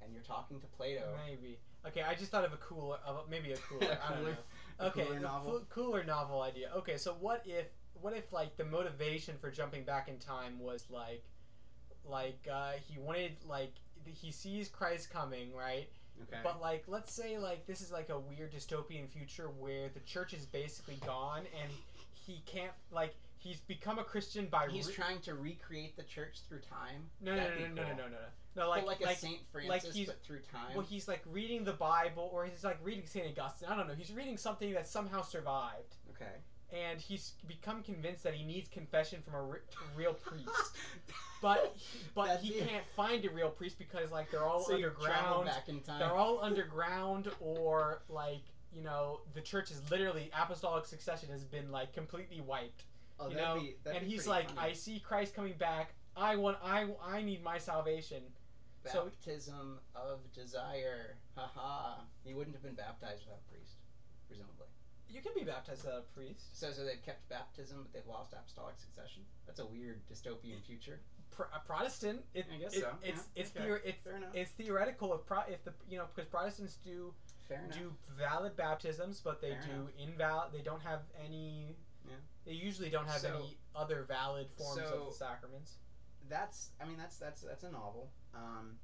Speaker 2: and you're talking to Plato?
Speaker 1: Maybe. Okay, I just thought of a cooler, of a, maybe a cooler. I don't know.
Speaker 2: Cooler- a
Speaker 1: Okay,
Speaker 2: cooler
Speaker 1: a
Speaker 2: novel?
Speaker 1: coo- cooler novel idea. Okay, so what if, what if like the motivation for jumping back in time was like, like uh, he wanted like he sees Christ coming, right?
Speaker 2: Okay.
Speaker 1: But like, let's say like this is like a weird dystopian future where the church is basically gone and he can't like he's become a Christian by
Speaker 2: He's
Speaker 1: re-
Speaker 2: trying to recreate the church through time.
Speaker 1: no, no, no,
Speaker 2: that'd
Speaker 1: no,
Speaker 2: be
Speaker 1: no, no,
Speaker 2: cool.
Speaker 1: no, no, no, no,
Speaker 2: Like,
Speaker 1: like
Speaker 2: like a
Speaker 1: like
Speaker 2: Saint
Speaker 1: like
Speaker 2: Francis,
Speaker 1: he's-
Speaker 2: but through time.
Speaker 1: well he's like reading the Bible or he's like reading Saint Augustine. I don't know. He's reading something that somehow survived
Speaker 2: okay.
Speaker 1: and he's become convinced that he needs confession from a re- real priest. But he, but
Speaker 2: That'd
Speaker 1: he
Speaker 2: be-
Speaker 1: can't find a real priest because like they're all
Speaker 2: so you travel
Speaker 1: underground.
Speaker 2: back in time.
Speaker 1: They're all underground, or like you know, the church is literally apostolic succession has been like completely wiped.
Speaker 2: Oh,
Speaker 1: you
Speaker 2: that'd
Speaker 1: know,
Speaker 2: be- that'd
Speaker 1: and
Speaker 2: be
Speaker 1: he's
Speaker 2: pretty
Speaker 1: like,
Speaker 2: funny.
Speaker 1: I see Christ coming back. I want, I, I need my salvation. so-
Speaker 2: baptism of desire. Haha. He wouldn't have been baptized without a priest, presumably.
Speaker 1: You can be baptized as a priest.
Speaker 2: So, so they've kept baptism, but they've lost apostolic succession. That's a weird dystopian future.
Speaker 1: Pro- a Protestant. It,
Speaker 2: I guess
Speaker 1: it-
Speaker 2: so,
Speaker 1: It's
Speaker 2: yeah,
Speaker 1: it's
Speaker 2: okay.
Speaker 1: theor- it's
Speaker 2: Fair enough.
Speaker 1: it's theoretical if pro- if the you know because Protestants do
Speaker 2: Fair enough.
Speaker 1: do valid baptisms, but they
Speaker 2: Fair
Speaker 1: do invalid. They don't have any.
Speaker 2: Yeah.
Speaker 1: They usually don't have
Speaker 2: So-
Speaker 1: any other valid forms of
Speaker 2: so-
Speaker 1: the sacraments.
Speaker 2: That's. I mean, that's that's that's a novel. Um,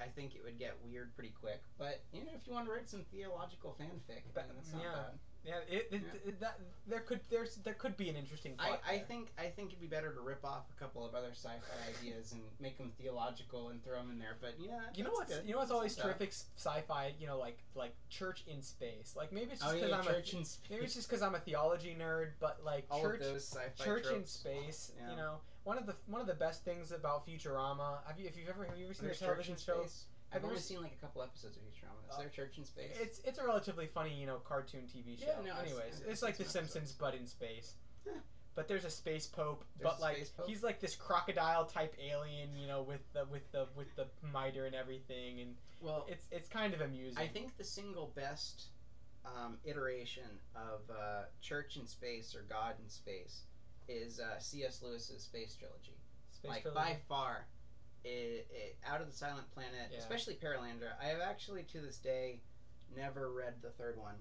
Speaker 2: I think it would get weird pretty quick. But you know, if you want to write some theological fanfic,
Speaker 1: But-
Speaker 2: then that's not
Speaker 1: yeah.
Speaker 2: bad.
Speaker 1: Yeah, it, it,
Speaker 2: Yeah.
Speaker 1: it- that there could there's there could be an interesting.
Speaker 2: I,
Speaker 1: plot
Speaker 2: I
Speaker 1: there.
Speaker 2: think I think it'd be better to rip off a couple of other sci-fi ideas and make them theological and throw them in there. But yeah,
Speaker 1: you know
Speaker 2: that's
Speaker 1: what's
Speaker 2: good.
Speaker 1: you know what's
Speaker 2: That's
Speaker 1: always
Speaker 2: not bad.
Speaker 1: terrific s- sci-fi. You know, like like church in space. Like maybe it's just
Speaker 2: Oh
Speaker 1: because
Speaker 2: yeah,
Speaker 1: I'm
Speaker 2: church
Speaker 1: a
Speaker 2: and
Speaker 1: maybe it's
Speaker 2: space.
Speaker 1: just because I'm a theology nerd. But like
Speaker 2: All
Speaker 1: church
Speaker 2: of those sci-fi
Speaker 1: church in
Speaker 2: tropes.
Speaker 1: space.
Speaker 2: Yeah.
Speaker 1: You know, one of the one of the best things about Futurama. Have you if you've ever have you ever seen
Speaker 2: There's
Speaker 1: the
Speaker 2: church
Speaker 1: television
Speaker 2: in
Speaker 1: show?
Speaker 2: space. I've
Speaker 1: I've
Speaker 2: Uh, only
Speaker 1: never
Speaker 2: seen like a couple episodes of Futurama. Is
Speaker 1: Oh.
Speaker 2: there church in space?
Speaker 1: It's it's a relatively funny you know cartoon TV show.
Speaker 2: Yeah, no, I've seen- I've
Speaker 1: Anyways,
Speaker 2: seen
Speaker 1: it's like The
Speaker 2: some episodes.
Speaker 1: Simpsons but in space.
Speaker 2: Huh.
Speaker 1: But there's a space pope,
Speaker 2: There's
Speaker 1: but
Speaker 2: a
Speaker 1: like
Speaker 2: space pope?
Speaker 1: he's like this crocodile type alien, you know, with the with the with the miter and everything, and
Speaker 2: well,
Speaker 1: it's it's kind of amusing.
Speaker 2: I think the single best um, iteration of uh, Church in Space or God in Space is uh, C.S. Lewis's Space Trilogy.
Speaker 1: Space
Speaker 2: like
Speaker 1: trilogy.
Speaker 2: by far, it, it, out of the Silent Planet,
Speaker 1: Yeah.
Speaker 2: especially Paralandra. I have actually to this day never read the third one,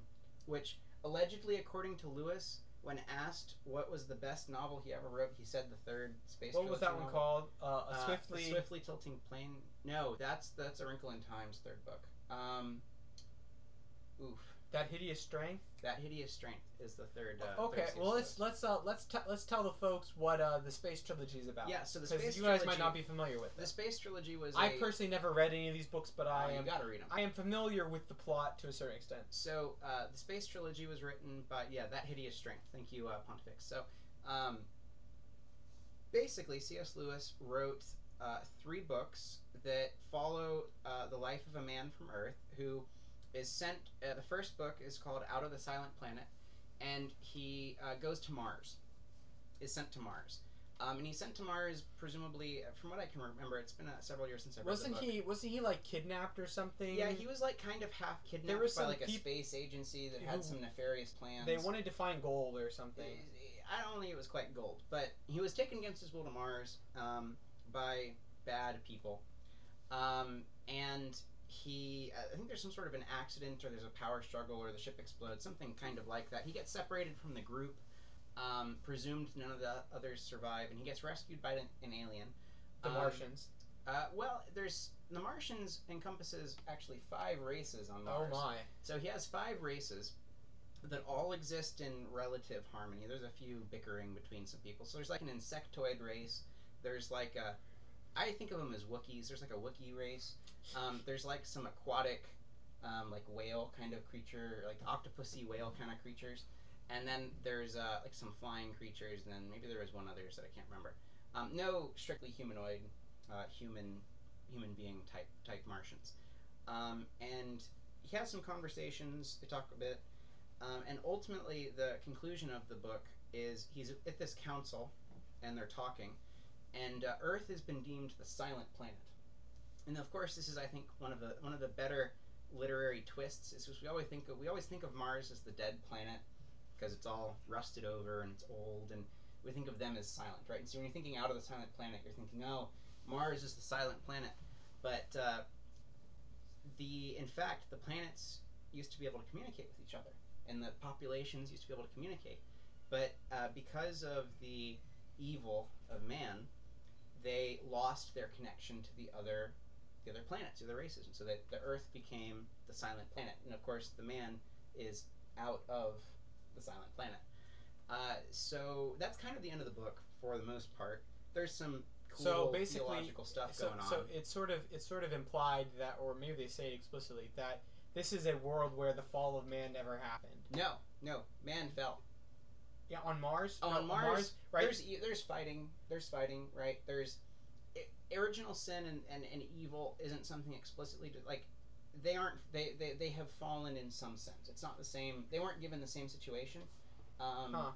Speaker 2: which allegedly, according to Lewis, when asked what was the best novel he ever wrote, he said the third Space.
Speaker 1: what was
Speaker 2: Trilogy
Speaker 1: that one
Speaker 2: novel.
Speaker 1: called? Uh, a
Speaker 2: Uh,
Speaker 1: swiftly.
Speaker 2: the swiftly tilting plane. No, that's that's a Wrinkle in Time's third book. Um, oof,
Speaker 1: That hideous strength.
Speaker 2: that hideous strength is the third. Uh,
Speaker 1: okay,
Speaker 2: third
Speaker 1: well
Speaker 2: Space
Speaker 1: let's let's uh, let's t- let's tell the folks what uh, the space trilogy is
Speaker 2: Trilogy.
Speaker 1: about.
Speaker 2: yeah. So the
Speaker 1: because
Speaker 2: space
Speaker 1: you guys
Speaker 2: trilogy,
Speaker 1: might not be familiar with
Speaker 2: The
Speaker 1: this.
Speaker 2: space trilogy was.
Speaker 1: I
Speaker 2: a-
Speaker 1: personally never read any of these books, but
Speaker 2: Oh,
Speaker 1: I
Speaker 2: you
Speaker 1: am
Speaker 2: gotta read them.
Speaker 1: I am familiar with the plot to a certain extent.
Speaker 2: So uh, the space trilogy was written by yeah that hideous strength. Thank you, uh, Pontifex. So um, basically, C.S. Lewis wrote uh, three books that follow uh, the life of a man from Earth who is sent. Uh, the first book is called Out of the Silent Planet, and he uh, goes to Mars. Is sent to Mars. Um, and he's sent to Mars, presumably, from what I can remember, it's been uh, several years since I read the
Speaker 1: Wasn't
Speaker 2: book.
Speaker 1: he wasn't he like kidnapped or something?
Speaker 2: Yeah, he was like kind of half kidnapped
Speaker 1: There was
Speaker 2: by
Speaker 1: some
Speaker 2: like a
Speaker 1: peop-
Speaker 2: space agency that had
Speaker 1: who-
Speaker 2: some nefarious plans.
Speaker 1: They wanted to find gold or something.
Speaker 2: I don't think it was quite gold, but he was taken against his will to Mars um, by bad people, um, and he. uh, I think there's some sort of an accident, or there's a power struggle, or the ship explodes, something kind of like that. He gets separated from the group, um, presumed none of the others survive, and he gets rescued by an, an alien.
Speaker 1: The
Speaker 2: Um,
Speaker 1: Martians.
Speaker 2: Uh, well, there's the Martians encompasses actually five races on
Speaker 1: Oh
Speaker 2: Mars.
Speaker 1: my.
Speaker 2: So he has five races that all exist in relative harmony. There's a few bickering between some people. So there's like an insectoid race. There's like a, I think of them as Wookiees. There's like a Wookiee race. Um, there's like some aquatic, um, like whale kind of creature, like octopusy whale kind of creatures. And then there's uh, like some flying creatures. And then maybe there was one others that I can't remember. Um, no strictly humanoid, uh, human, human being type type Martians. Um, and he has some conversations. They talk a bit, um, and ultimately the conclusion of the book is he's at this council, and they're talking, and uh, Earth has been deemed the silent planet, and of course this is I think one of the one of the better literary twists is because we always think of, we always think of Mars as the dead planet because it's all rusted over and it's old and we think of them as silent right and so when you're thinking out of the silent planet you're thinking oh Mars is the silent planet but uh, the in fact the planets used to be able to communicate with each other and the populations used to be able to communicate but uh, because of the evil of man they lost their connection to the other the other planets the other races and so that the earth became the silent planet and of course the man is out of the silent planet uh, so that's kind of the end of the book for the most part there's some cool
Speaker 1: So basically-
Speaker 2: theological stuff
Speaker 1: so,
Speaker 2: going on
Speaker 1: so it's sort of it's sort of implied that or maybe they say it explicitly that this is a world where the fall of man never happened.
Speaker 2: no no man fell
Speaker 1: Yeah, on Mars?
Speaker 2: Oh,
Speaker 1: No,
Speaker 2: on Mars,
Speaker 1: right?
Speaker 2: There's e- there's fighting. There's fighting. Right. There's i- original sin and, and, and evil isn't something explicitly de- like they aren't they, they they have fallen in some sense. It's not the same. They weren't given the same situation. Um,
Speaker 1: Huh.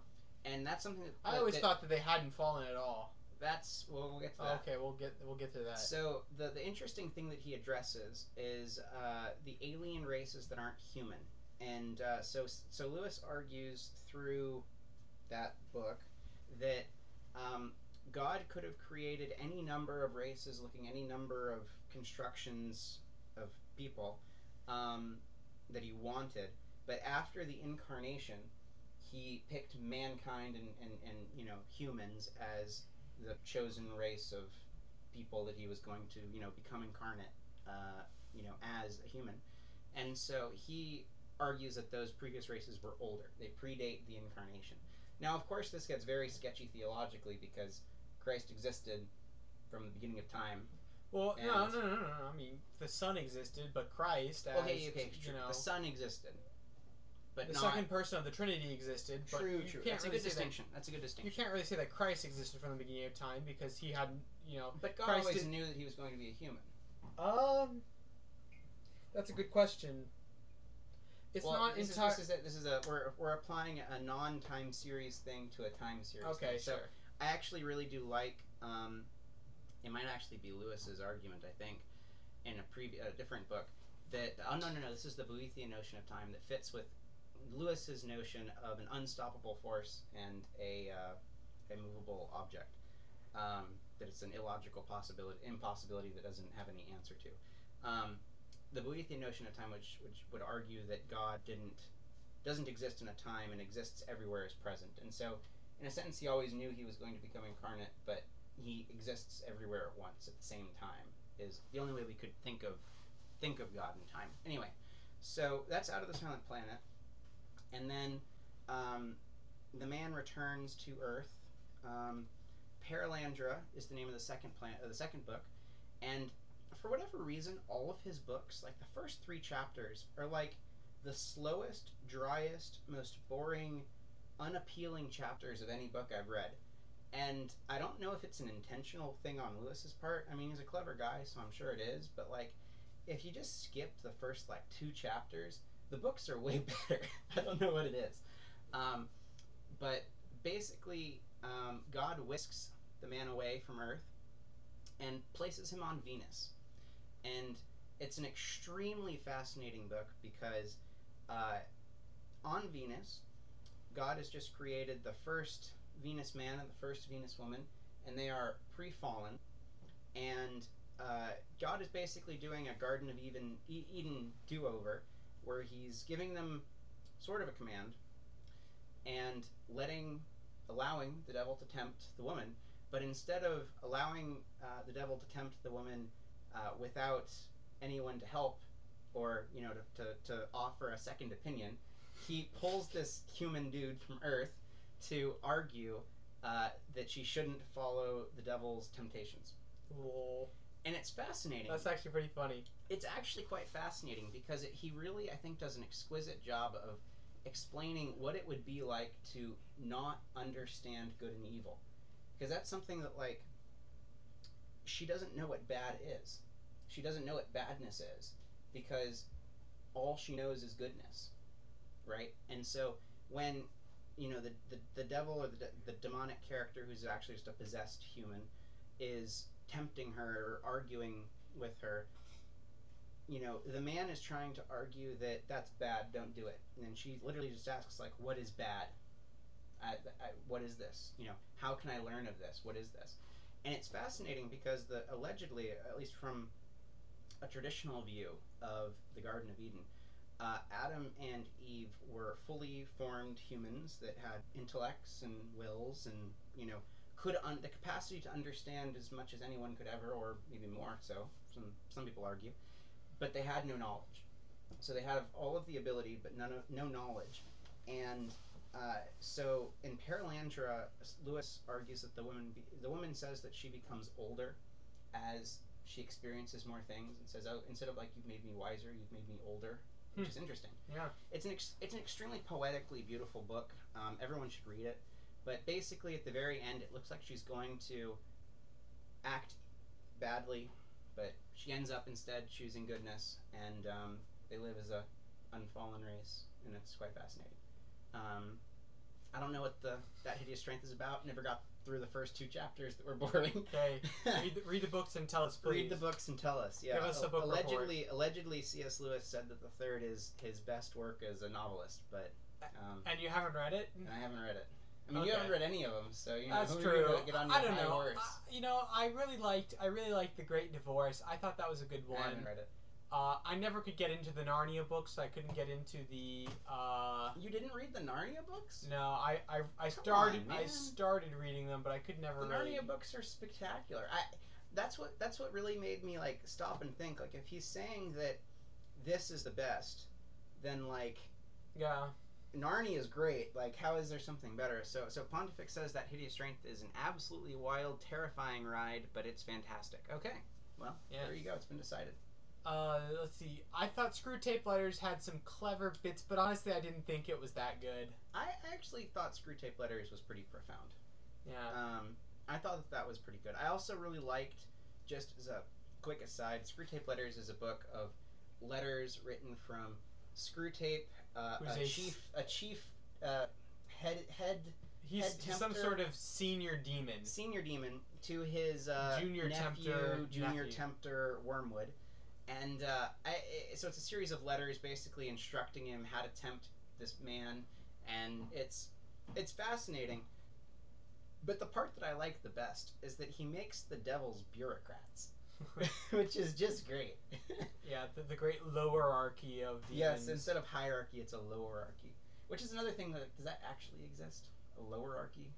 Speaker 2: And that's something that
Speaker 1: I always
Speaker 2: that-
Speaker 1: thought that they hadn't fallen at all.
Speaker 2: that's well we'll get to
Speaker 1: Oh,
Speaker 2: that.
Speaker 1: okay, we'll get we'll get to that.
Speaker 2: So the the interesting thing that he addresses is uh, the alien races that aren't human, and uh, so so Lewis argues through that book that um, God could have created any number of races, looking any number of constructions of people um, that he wanted, but after the incarnation, he picked mankind and, and, and you know humans as the chosen race of people that he was going to, you know, become incarnate, uh, you know, as a human. And so he argues that those previous races were older. They predate the incarnation. Now, of course, this gets very sketchy theologically because Christ existed from the beginning of time.
Speaker 1: well, no, no,
Speaker 2: and-
Speaker 1: no, no, no, no. I mean, the Son existed, but Christ, as
Speaker 2: okay, okay,
Speaker 1: you
Speaker 2: sure.
Speaker 1: know,
Speaker 2: the Son existed, but
Speaker 1: the
Speaker 2: not
Speaker 1: second person of the Trinity existed. But
Speaker 2: true.
Speaker 1: you
Speaker 2: True.
Speaker 1: can't
Speaker 2: That's a
Speaker 1: really
Speaker 2: good
Speaker 1: say that,
Speaker 2: distinction. That's a good
Speaker 1: You
Speaker 2: distinction.
Speaker 1: can't really say that Christ existed from the beginning of time because he had, you know,
Speaker 2: But God
Speaker 1: Christ
Speaker 2: always
Speaker 1: is-
Speaker 2: knew that he was going to be a human.
Speaker 1: um. That's a good question. It's
Speaker 2: Well,
Speaker 1: not
Speaker 2: this is-
Speaker 1: entirely
Speaker 2: This is a, this is a we're, we're applying a non-time series thing to a time series.
Speaker 1: okay.
Speaker 2: thing. So
Speaker 1: sure.
Speaker 2: I actually really do like. Um, it might actually be Lewis's argument, I think, in a previ- a different book. That oh no no no, this is the Boethian notion of time that fits with Lewis's notion of an unstoppable force and a uh, a movable object. Um, that it's an illogical possibility, impossibility that doesn't have any answer to. Um, the Boethian notion of time, which which would argue that God didn't doesn't exist in a time and exists everywhere as present. And so, in a sentence, he always knew he was going to become incarnate, but he exists everywhere at once at the same time. Is the only way we could think of think of God in time. Anyway, so that's out of the Silent Planet, and then um, the man returns to Earth. Um, Paralandra is the name of the second planet, uh, the second book, and for whatever reason, all of his books, like the first three chapters, are like the slowest, driest, most boring, unappealing chapters of any book I've read. And I don't know if it's an intentional thing on Lewis's part. I mean, he's a clever guy, so I'm sure it is. But like, if you just skip the first like two chapters, the books are way better. I don't know what it is. Um, but basically, um, God whisks the man away from Earth and places him on Venus. And it's an extremely fascinating book because uh, on Venus, God has just created the first Venus man and the first Venus woman, and they are pre fallen. And uh, God is basically doing a Garden of Eden, E- Eden do over where he's giving them sort of a command and letting, allowing the devil to tempt the woman. But instead of allowing uh, the devil to tempt the woman uh, without anyone to help or you know to, to, to offer a second opinion he pulls this human dude from earth to argue uh, that she shouldn't follow the devil's temptations
Speaker 1: Lol.
Speaker 2: and it's fascinating
Speaker 1: That's actually pretty funny.
Speaker 2: it's actually quite fascinating because it, he really i think does an exquisite job of explaining what it would be like to not understand good and evil because that's something that like she doesn't know what bad is she doesn't know what badness is because all she knows is goodness right and so when you know the the, the devil or the, de- the demonic character who's actually just a possessed human is tempting her or arguing with her you know, the man is trying to argue that that's bad, don't do it. And then she literally just asks, like, what is bad? I, I, what is this? You know, how can I learn of this? What is this? And it's fascinating because the allegedly, at least from a traditional view of the Garden of Eden, uh, Adam and Eve were fully formed humans that had intellects and wills and you know could un- the capacity to understand as much as anyone could ever, or maybe more. So some some people argue but they had no knowledge. So they have all of the ability, but none of no knowledge. And uh, so in Paralandra, Lewis argues that the woman be, the woman says that she becomes older as she experiences more things, and says, "Oh, instead of like you've made me wiser, you've made me older," which
Speaker 1: Hmm.
Speaker 2: is interesting.
Speaker 1: Yeah.
Speaker 2: It's an ex- it's an extremely poetically beautiful book. Um, everyone should read it. But basically, at the very end, it looks like she's going to act badly, but she ends up instead choosing goodness, and um, they live as a unfallen race, and it's quite fascinating. Um, I don't know what the that hideous strength is about. Never got through the first two chapters that were boring.
Speaker 1: Okay. read, the, read the books and tell us, please.
Speaker 2: Read the books and tell us. Yeah.
Speaker 1: Give us a book report.
Speaker 2: allegedly, allegedly, C.S. Lewis said that the third is his best work as a novelist, but um,
Speaker 1: And you haven't read it?
Speaker 2: and I haven't read it. I mean, you
Speaker 1: Okay.
Speaker 2: haven't read any of them, so Uh, you know
Speaker 1: That's
Speaker 2: who are you
Speaker 1: true.
Speaker 2: gonna get on
Speaker 1: I
Speaker 2: your
Speaker 1: don't
Speaker 2: high
Speaker 1: know.
Speaker 2: horse?
Speaker 1: I, you know, I really liked. I really liked the Great Divorce. I thought that was a good
Speaker 2: I haven't
Speaker 1: one.
Speaker 2: read it.
Speaker 1: Uh, I never could get into the Narnia books. I couldn't get into the. Uh,
Speaker 2: You didn't read the Narnia books?
Speaker 1: no, I I, I
Speaker 2: Come
Speaker 1: started
Speaker 2: on,
Speaker 1: I
Speaker 2: man.
Speaker 1: started reading them, but I could never
Speaker 2: The
Speaker 1: really.
Speaker 2: Narnia books are spectacular. I that's what that's what really made me like stop and think. Like if he's saying that this is the best, then like
Speaker 1: Yeah.
Speaker 2: Narnia is great. Like, how is there something better? So, so Pontifex says that Hideous Strength is an absolutely wild, terrifying ride, but it's fantastic. Okay, well,
Speaker 1: Yeah.
Speaker 2: there you go. It's been decided.
Speaker 1: Uh, let's see. I thought Screw Tape Letters had some clever bits, but honestly, I didn't think it was that good.
Speaker 2: I actually thought Screw Tape Letters was pretty profound.
Speaker 1: Yeah.
Speaker 2: Um, I thought that that was pretty good. I also really liked, just as a quick aside, Screw Tape Letters is a book of letters written from Screw Tape, uh,
Speaker 1: Who's
Speaker 2: a,
Speaker 1: a-
Speaker 2: chief, a chief, uh, head head
Speaker 1: He's,
Speaker 2: Ed
Speaker 1: he's some
Speaker 2: Tempter-
Speaker 1: sort of senior demon.
Speaker 2: senior demon to his uh,
Speaker 1: Junior
Speaker 2: nephew,
Speaker 1: tempter,
Speaker 2: junior
Speaker 1: nephew.
Speaker 2: tempter Wormwood, and uh, I, I- so it's a series of letters basically instructing him how to tempt this man, and it's it's fascinating. But the part that I like the best is that he makes the devils bureaucrats, which is just great.
Speaker 1: yeah, the, the great lowerarchy of the
Speaker 2: yes, instead of hierarchy, it's a lowerarchy, which is another thing that does that actually exist? A lowerarchy?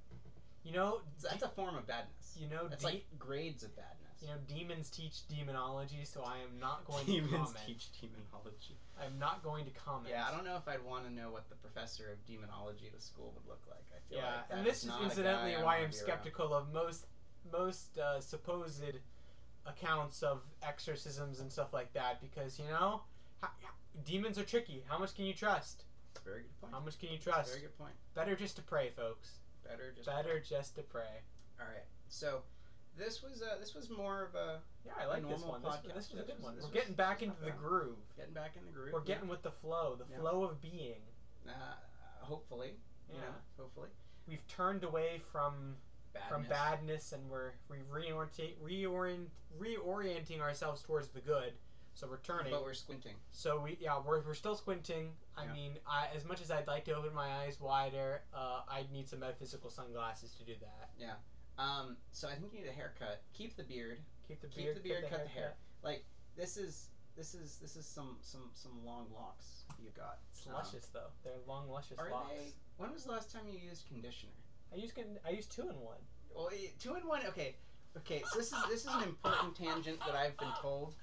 Speaker 1: you know,
Speaker 2: So That's a form of badness.
Speaker 1: you know,
Speaker 2: That's
Speaker 1: de-
Speaker 2: like grades of badness.
Speaker 1: you know, demons teach demonology, so I am not going
Speaker 2: Demons
Speaker 1: to comment.
Speaker 2: teach demonology.
Speaker 1: I'm not going to comment.
Speaker 2: Yeah, I don't know if I'd want to know what the professor of demonology at a school would look like. I feel
Speaker 1: Yeah,
Speaker 2: like that
Speaker 1: and this is
Speaker 2: not a
Speaker 1: incidentally
Speaker 2: guy I
Speaker 1: why
Speaker 2: wanna
Speaker 1: I'm
Speaker 2: be around.
Speaker 1: skeptical of most most uh, supposed accounts of exorcisms and stuff like that because you know, how, demons are tricky. How much can you trust?
Speaker 2: Very good point.
Speaker 1: How much can you
Speaker 2: That's a
Speaker 1: trust?
Speaker 2: Very good point.
Speaker 1: Better just to pray, folks.
Speaker 2: Better just
Speaker 1: Better just to pray.
Speaker 2: All right. So this was uh, this was more of a
Speaker 1: Yeah, I like this
Speaker 2: normal
Speaker 1: one. This,
Speaker 2: podcast.
Speaker 1: this was a
Speaker 2: This
Speaker 1: good
Speaker 2: was-
Speaker 1: one.
Speaker 2: this
Speaker 1: We're
Speaker 2: was-
Speaker 1: getting back
Speaker 2: this was
Speaker 1: into
Speaker 2: not
Speaker 1: the
Speaker 2: bad.
Speaker 1: groove.
Speaker 2: getting back in the groove.
Speaker 1: We're getting with the flow, the
Speaker 2: Yeah.
Speaker 1: flow of being.
Speaker 2: uh, hopefully,
Speaker 1: Yeah.
Speaker 2: you know, hopefully
Speaker 1: We've turned away from
Speaker 2: badness.
Speaker 1: from badness and we're we reorientate reorient reorienting ourselves towards the good. So we're turning.
Speaker 2: but we're squinting.
Speaker 1: So we yeah we're, we're still squinting. I
Speaker 2: Yeah.
Speaker 1: mean, I, as much as I'd like to open my eyes wider, uh, I'd need some metaphysical sunglasses to do that.
Speaker 2: Um, so I think you need a haircut. Keep the beard.
Speaker 1: Keep the
Speaker 2: Keep
Speaker 1: beard,
Speaker 2: the beard, cut the hair.
Speaker 1: haircut.
Speaker 2: This is this is this is some some some long locks you got.
Speaker 1: It's
Speaker 2: Um,
Speaker 1: luscious though. They're long, luscious
Speaker 2: Are
Speaker 1: locks.
Speaker 2: they? When was the last time you used conditioner?
Speaker 1: I use con- I use two in one.
Speaker 2: Well, eh, two in one. Okay, okay. So this is this is an important tangent that I've been told.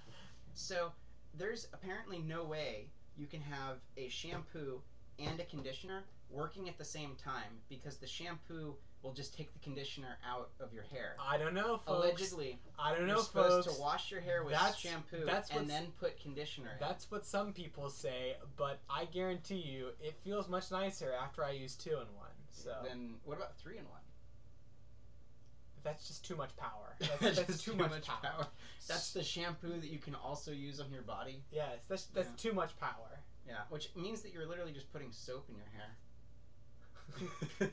Speaker 2: So there's apparently no way you can have a shampoo and a conditioner working at the same time because the shampoo will just take the conditioner out of your hair.
Speaker 1: I don't know, folks.
Speaker 2: Allegedly,
Speaker 1: I don't
Speaker 2: you're
Speaker 1: know,
Speaker 2: supposed
Speaker 1: folks.
Speaker 2: to wash your hair with
Speaker 1: that's-
Speaker 2: shampoo
Speaker 1: that's
Speaker 2: and
Speaker 1: what's-
Speaker 2: then put conditioner. in.
Speaker 1: That's what some people say, but I guarantee you, it feels much nicer after I use two in one. So
Speaker 2: Then what about three in one?
Speaker 1: that's just too much power. That's, that's
Speaker 2: Just
Speaker 1: too, much, power.
Speaker 2: That's the shampoo that you can also use on your body.
Speaker 1: yes. That's that's
Speaker 2: Yeah.
Speaker 1: too much power.
Speaker 2: Yeah, which means that you're literally just putting soap in your hair.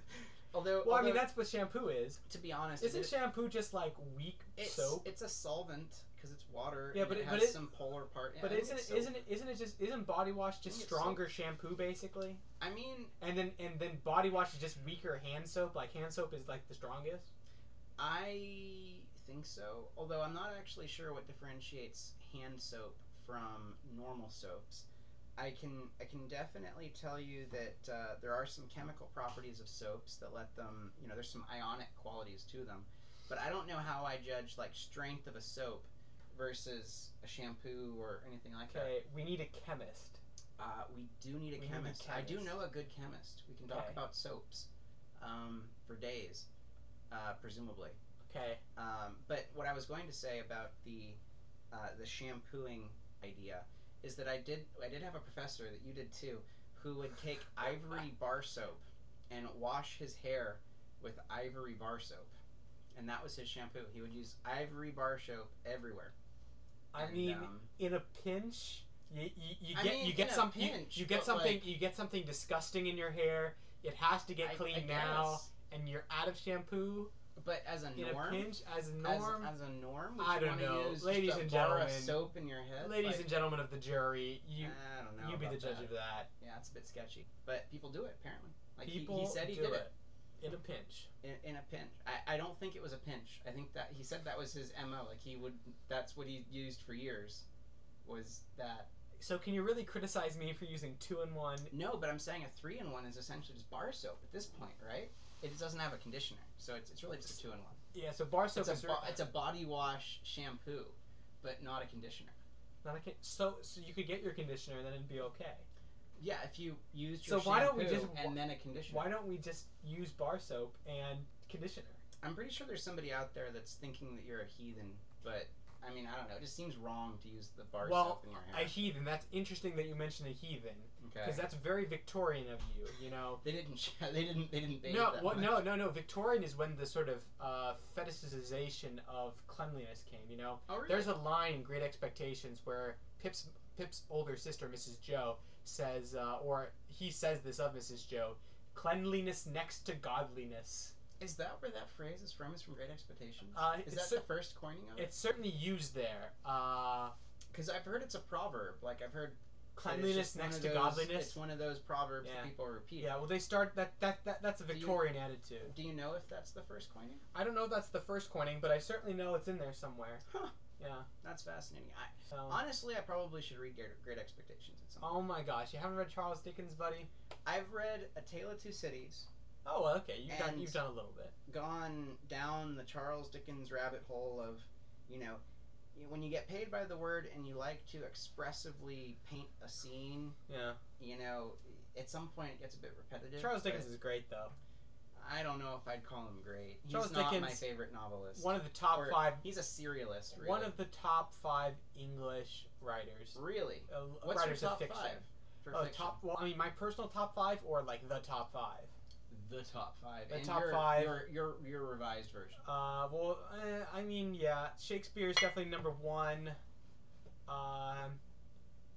Speaker 2: although,
Speaker 1: Well, I mean
Speaker 2: although,
Speaker 1: that's what shampoo is.
Speaker 2: to be honest,
Speaker 1: Isn't
Speaker 2: it-
Speaker 1: shampoo just like weak
Speaker 2: it's,
Speaker 1: soap?
Speaker 2: It's a solvent because it's water.
Speaker 1: Yeah,
Speaker 2: and
Speaker 1: but
Speaker 2: it
Speaker 1: it-
Speaker 2: has
Speaker 1: but it-
Speaker 2: some polar part. Yeah,
Speaker 1: but
Speaker 2: I think
Speaker 1: isn't
Speaker 2: it's
Speaker 1: it,
Speaker 2: soap.
Speaker 1: isn't it isn't it just isn't body wash
Speaker 2: think
Speaker 1: just
Speaker 2: it's
Speaker 1: stronger shampoo basically?
Speaker 2: I mean,
Speaker 1: And then and then body wash is just weaker hand soap. Like hand soap is like the strongest.
Speaker 2: I think so. Although I'm not actually sure what differentiates hand soap from normal soaps. I can I can definitely tell you that uh, there are some chemical properties of soaps that let them you know there's some ionic qualities to them, but I don't know how I judge like strength of a soap versus a shampoo or anything like that.
Speaker 1: Okay, we need a chemist.
Speaker 2: Uh, we do need a
Speaker 1: We need a
Speaker 2: chemist. I do
Speaker 1: chemist.
Speaker 2: know a good chemist. We can talk
Speaker 1: Okay.
Speaker 2: about soaps um, for days, uh, presumably.
Speaker 1: Okay,
Speaker 2: Um, but what I was going to say about the uh, the shampooing idea is that I did I did have a professor that you did too, who would take ivory bar soap and wash his hair with ivory bar soap, and that was his shampoo. He would use ivory bar soap everywhere.
Speaker 1: I
Speaker 2: And,
Speaker 1: mean
Speaker 2: um,
Speaker 1: in a pinch, you, you, you
Speaker 2: I
Speaker 1: get
Speaker 2: mean,
Speaker 1: you get
Speaker 2: in a
Speaker 1: some you-
Speaker 2: pinch,
Speaker 1: you, get
Speaker 2: but,
Speaker 1: something
Speaker 2: like-
Speaker 1: you get something disgusting in your hair. It has to get
Speaker 2: I-
Speaker 1: clean
Speaker 2: I
Speaker 1: now,
Speaker 2: guess.
Speaker 1: and you're out of shampoo.
Speaker 2: But as a
Speaker 1: In
Speaker 2: norm,
Speaker 1: a pinch, as a
Speaker 2: as,
Speaker 1: norm,
Speaker 2: as a norm, would
Speaker 1: I
Speaker 2: you
Speaker 1: don't
Speaker 2: wanna
Speaker 1: know.
Speaker 2: use just
Speaker 1: Ladies
Speaker 2: a
Speaker 1: and
Speaker 2: bar of
Speaker 1: gentlemen-
Speaker 2: soap in your head,
Speaker 1: ladies
Speaker 2: Like,
Speaker 1: and gentlemen of the jury, you
Speaker 2: I don't know.
Speaker 1: you be
Speaker 2: about
Speaker 1: the judge
Speaker 2: that.
Speaker 1: of that.
Speaker 2: Yeah, it's a bit sketchy, but people do it apparently. Like he-
Speaker 1: People
Speaker 2: he, said he
Speaker 1: do
Speaker 2: did it.
Speaker 1: it in a pinch.
Speaker 2: in, in a pinch. I, I don't think it was a pinch. I think that he said that was his mo. Like he would. That's what he used for years. Was that
Speaker 1: So can you really criticize me for using two in one?
Speaker 2: no? But I'm saying a three in one is essentially just bar soap at this point, right? It doesn't have a conditioner, so it's, it's really just a two in one.
Speaker 1: Yeah, so bar soap
Speaker 2: It's a
Speaker 1: is re-
Speaker 2: bo- it's a body wash shampoo, but not a conditioner.
Speaker 1: not a con- so so you could get your conditioner and then it'd be okay.
Speaker 2: Yeah, if you used
Speaker 1: So
Speaker 2: your
Speaker 1: why don't we
Speaker 2: shampoo
Speaker 1: just wa-
Speaker 2: and then a conditioner.
Speaker 1: Why don't we just use bar soap and conditioner?
Speaker 2: I'm pretty sure there's somebody out there that's thinking that you're a heathen, but I mean I don't know. It just seems wrong to use the bar
Speaker 1: Well,
Speaker 2: soap in your
Speaker 1: A
Speaker 2: hair.
Speaker 1: heathen. That's interesting that you mention a heathen
Speaker 2: okay.
Speaker 1: because that's very Victorian of you. You know.
Speaker 2: They didn't. sh- They didn't. They didn't bathe.
Speaker 1: No,
Speaker 2: that
Speaker 1: what,
Speaker 2: much.
Speaker 1: no, no, no. Victorian is when the sort of uh, fetishization of cleanliness came. You know,
Speaker 2: Oh, really?
Speaker 1: There's a line in Great Expectations where Pip's Pip's older sister, Mrs. Joe, says, uh, or he says this of Mrs. Joe, "Cleanliness next to godliness."
Speaker 2: Is that where that phrase is from? Is from Great Expectations?
Speaker 1: Uh,
Speaker 2: is
Speaker 1: it's,
Speaker 2: that the first coining of it?
Speaker 1: it's certainly used there. Uh,
Speaker 2: Because I've heard it's a proverb. Like I've heard but it's
Speaker 1: Cleanliness
Speaker 2: just one
Speaker 1: next
Speaker 2: of
Speaker 1: to
Speaker 2: those-
Speaker 1: godliness.
Speaker 2: It's one of those proverbs
Speaker 1: Yeah.
Speaker 2: that people repeat.
Speaker 1: Yeah, well, they start that that, that that's a
Speaker 2: Do you-
Speaker 1: Victorian attitude.
Speaker 2: Do you know if that's the first coining?
Speaker 1: I don't know if that's the first coining, but I certainly know it's in there somewhere.
Speaker 2: Huh.
Speaker 1: Yeah.
Speaker 2: That's fascinating. I,
Speaker 1: So,
Speaker 2: honestly, I probably should read Great, Great Expectations at some.
Speaker 1: oh my gosh, you haven't read Charles Dickens, buddy?
Speaker 2: I've read A Tale of Two Cities,
Speaker 1: Oh, well, okay. You've done
Speaker 2: And-
Speaker 1: you've done a little bit.
Speaker 2: gone down the Charles Dickens rabbit hole of, you know, you- when you get paid by the word and you like to expressively paint a scene,
Speaker 1: Yeah.
Speaker 2: you know, at some point it gets a bit repetitive.
Speaker 1: Charles
Speaker 2: but
Speaker 1: Dickens is great though.
Speaker 2: I don't know if I'd call him great. He's
Speaker 1: Charles
Speaker 2: not my
Speaker 1: Dickens-
Speaker 2: favorite novelist.
Speaker 1: One of the top
Speaker 2: Or-
Speaker 1: five.
Speaker 2: He's a serialist. Really.
Speaker 1: One of the top five English writers.
Speaker 2: really.
Speaker 1: Uh,
Speaker 2: What's your
Speaker 1: writers
Speaker 2: top
Speaker 1: of fiction.
Speaker 2: five? For
Speaker 1: Oh,
Speaker 2: fiction?
Speaker 1: top. Well, I mean, my personal top five, or like the top five.
Speaker 2: the top five.
Speaker 1: The
Speaker 2: and
Speaker 1: top
Speaker 2: your,
Speaker 1: five.
Speaker 2: Your, your your revised version.
Speaker 1: Uh, well, eh, I mean, yeah, Shakespeare's definitely number one. Um,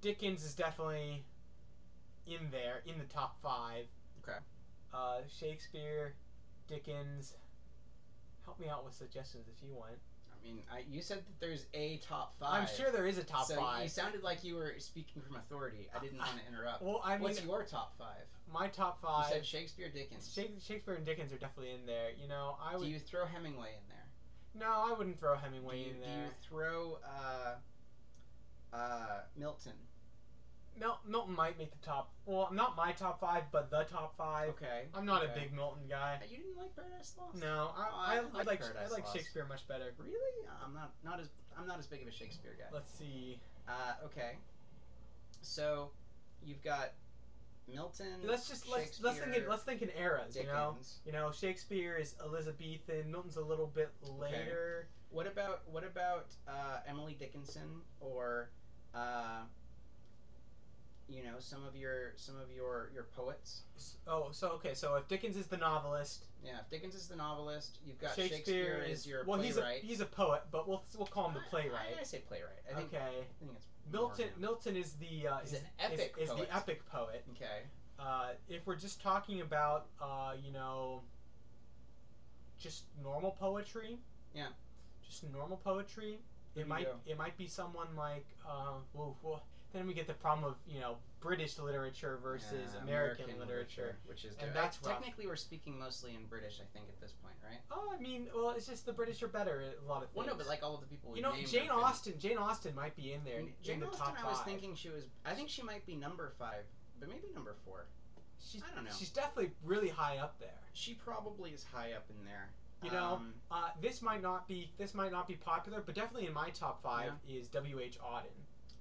Speaker 1: Dickens is definitely in there, in the top five.
Speaker 2: Okay.
Speaker 1: Uh, Shakespeare, Dickens. Help me out with suggestions if you want.
Speaker 2: I mean, I, you said that there's a top five.
Speaker 1: I'm sure there is a top
Speaker 2: so You
Speaker 1: five.
Speaker 2: sounded like you were speaking from authority. I didn't want to interrupt.
Speaker 1: well, I mean,
Speaker 2: What's your top five?
Speaker 1: my top
Speaker 2: You
Speaker 1: five.
Speaker 2: said Shakespeare, Dickens.
Speaker 1: Shak- Shakespeare and Dickens are definitely in there. You know, I
Speaker 2: do
Speaker 1: would
Speaker 2: you throw Hemingway in there?
Speaker 1: no, I wouldn't throw
Speaker 2: Do
Speaker 1: Hemingway
Speaker 2: you,
Speaker 1: in
Speaker 2: do you
Speaker 1: there.
Speaker 2: throw uh, uh, Milton?
Speaker 1: Mil- Milton might make the top. Well, not my top five, but the top five.
Speaker 2: Okay.
Speaker 1: I'm not a
Speaker 2: okay.
Speaker 1: big Milton guy.
Speaker 2: Uh, You didn't like Paradise Lost?
Speaker 1: No,
Speaker 2: I
Speaker 1: I, I, I
Speaker 2: like
Speaker 1: like I
Speaker 2: Paradise
Speaker 1: like
Speaker 2: Lost.
Speaker 1: Shakespeare much better.
Speaker 2: Really? I'm not not as I'm not as big of a Shakespeare guy.
Speaker 1: Let's see.
Speaker 2: Uh, okay. So, you've got Milton.
Speaker 1: Let's just let's let's think in,
Speaker 2: Shakespeare,
Speaker 1: let's think in eras. You know,
Speaker 2: Dickens.
Speaker 1: you know Shakespeare is Elizabethan. Milton's a little bit later.
Speaker 2: What about what about uh, Emily Dickinson or uh, you know some of your some of your your poets?
Speaker 1: S- Oh, so okay. So if Dickens is the novelist,
Speaker 2: Yeah, if Dickens is the novelist, you've got
Speaker 1: Shakespeare, is
Speaker 2: is your
Speaker 1: well.
Speaker 2: playwright.
Speaker 1: He's a he's a poet, but we'll we'll call him the
Speaker 2: I, I,
Speaker 1: playwright.
Speaker 2: say playwright. I think,
Speaker 1: okay.
Speaker 2: I think it's
Speaker 1: Milton
Speaker 2: More,
Speaker 1: Milton is the uh,
Speaker 2: He's
Speaker 1: is,
Speaker 2: an epic
Speaker 1: is, is
Speaker 2: poet.
Speaker 1: the epic poet.
Speaker 2: okay.
Speaker 1: Uh, if we're just talking about uh, you know just normal poetry,
Speaker 2: Yeah.
Speaker 1: just normal poetry,
Speaker 2: Who do you
Speaker 1: it might
Speaker 2: go?
Speaker 1: it might be someone like uh, well, well, then we get the problem of you know British literature versus
Speaker 2: Yeah,
Speaker 1: American, literature.
Speaker 2: which is
Speaker 1: And
Speaker 2: different.
Speaker 1: that's rough.
Speaker 2: technically we're speaking mostly in British, I think, at this point, right?
Speaker 1: Oh, I mean, well, it's just the British are better at a lot of things.
Speaker 2: Well, no, but like all of the people we
Speaker 1: you know,
Speaker 2: named
Speaker 1: Jane
Speaker 2: have been-
Speaker 1: Austen. Jane Austen might be in there. in
Speaker 2: Jane
Speaker 1: the
Speaker 2: Austen,
Speaker 1: top
Speaker 2: I was
Speaker 1: five.
Speaker 2: thinking she was. I think she might be number five, but maybe number four.
Speaker 1: she's,
Speaker 2: I don't know.
Speaker 1: She's definitely really high up there.
Speaker 2: She probably is high up in there.
Speaker 1: You know,
Speaker 2: Um,
Speaker 1: Uh, this might not be this might not be popular, but definitely in my top five is W. H. Auden.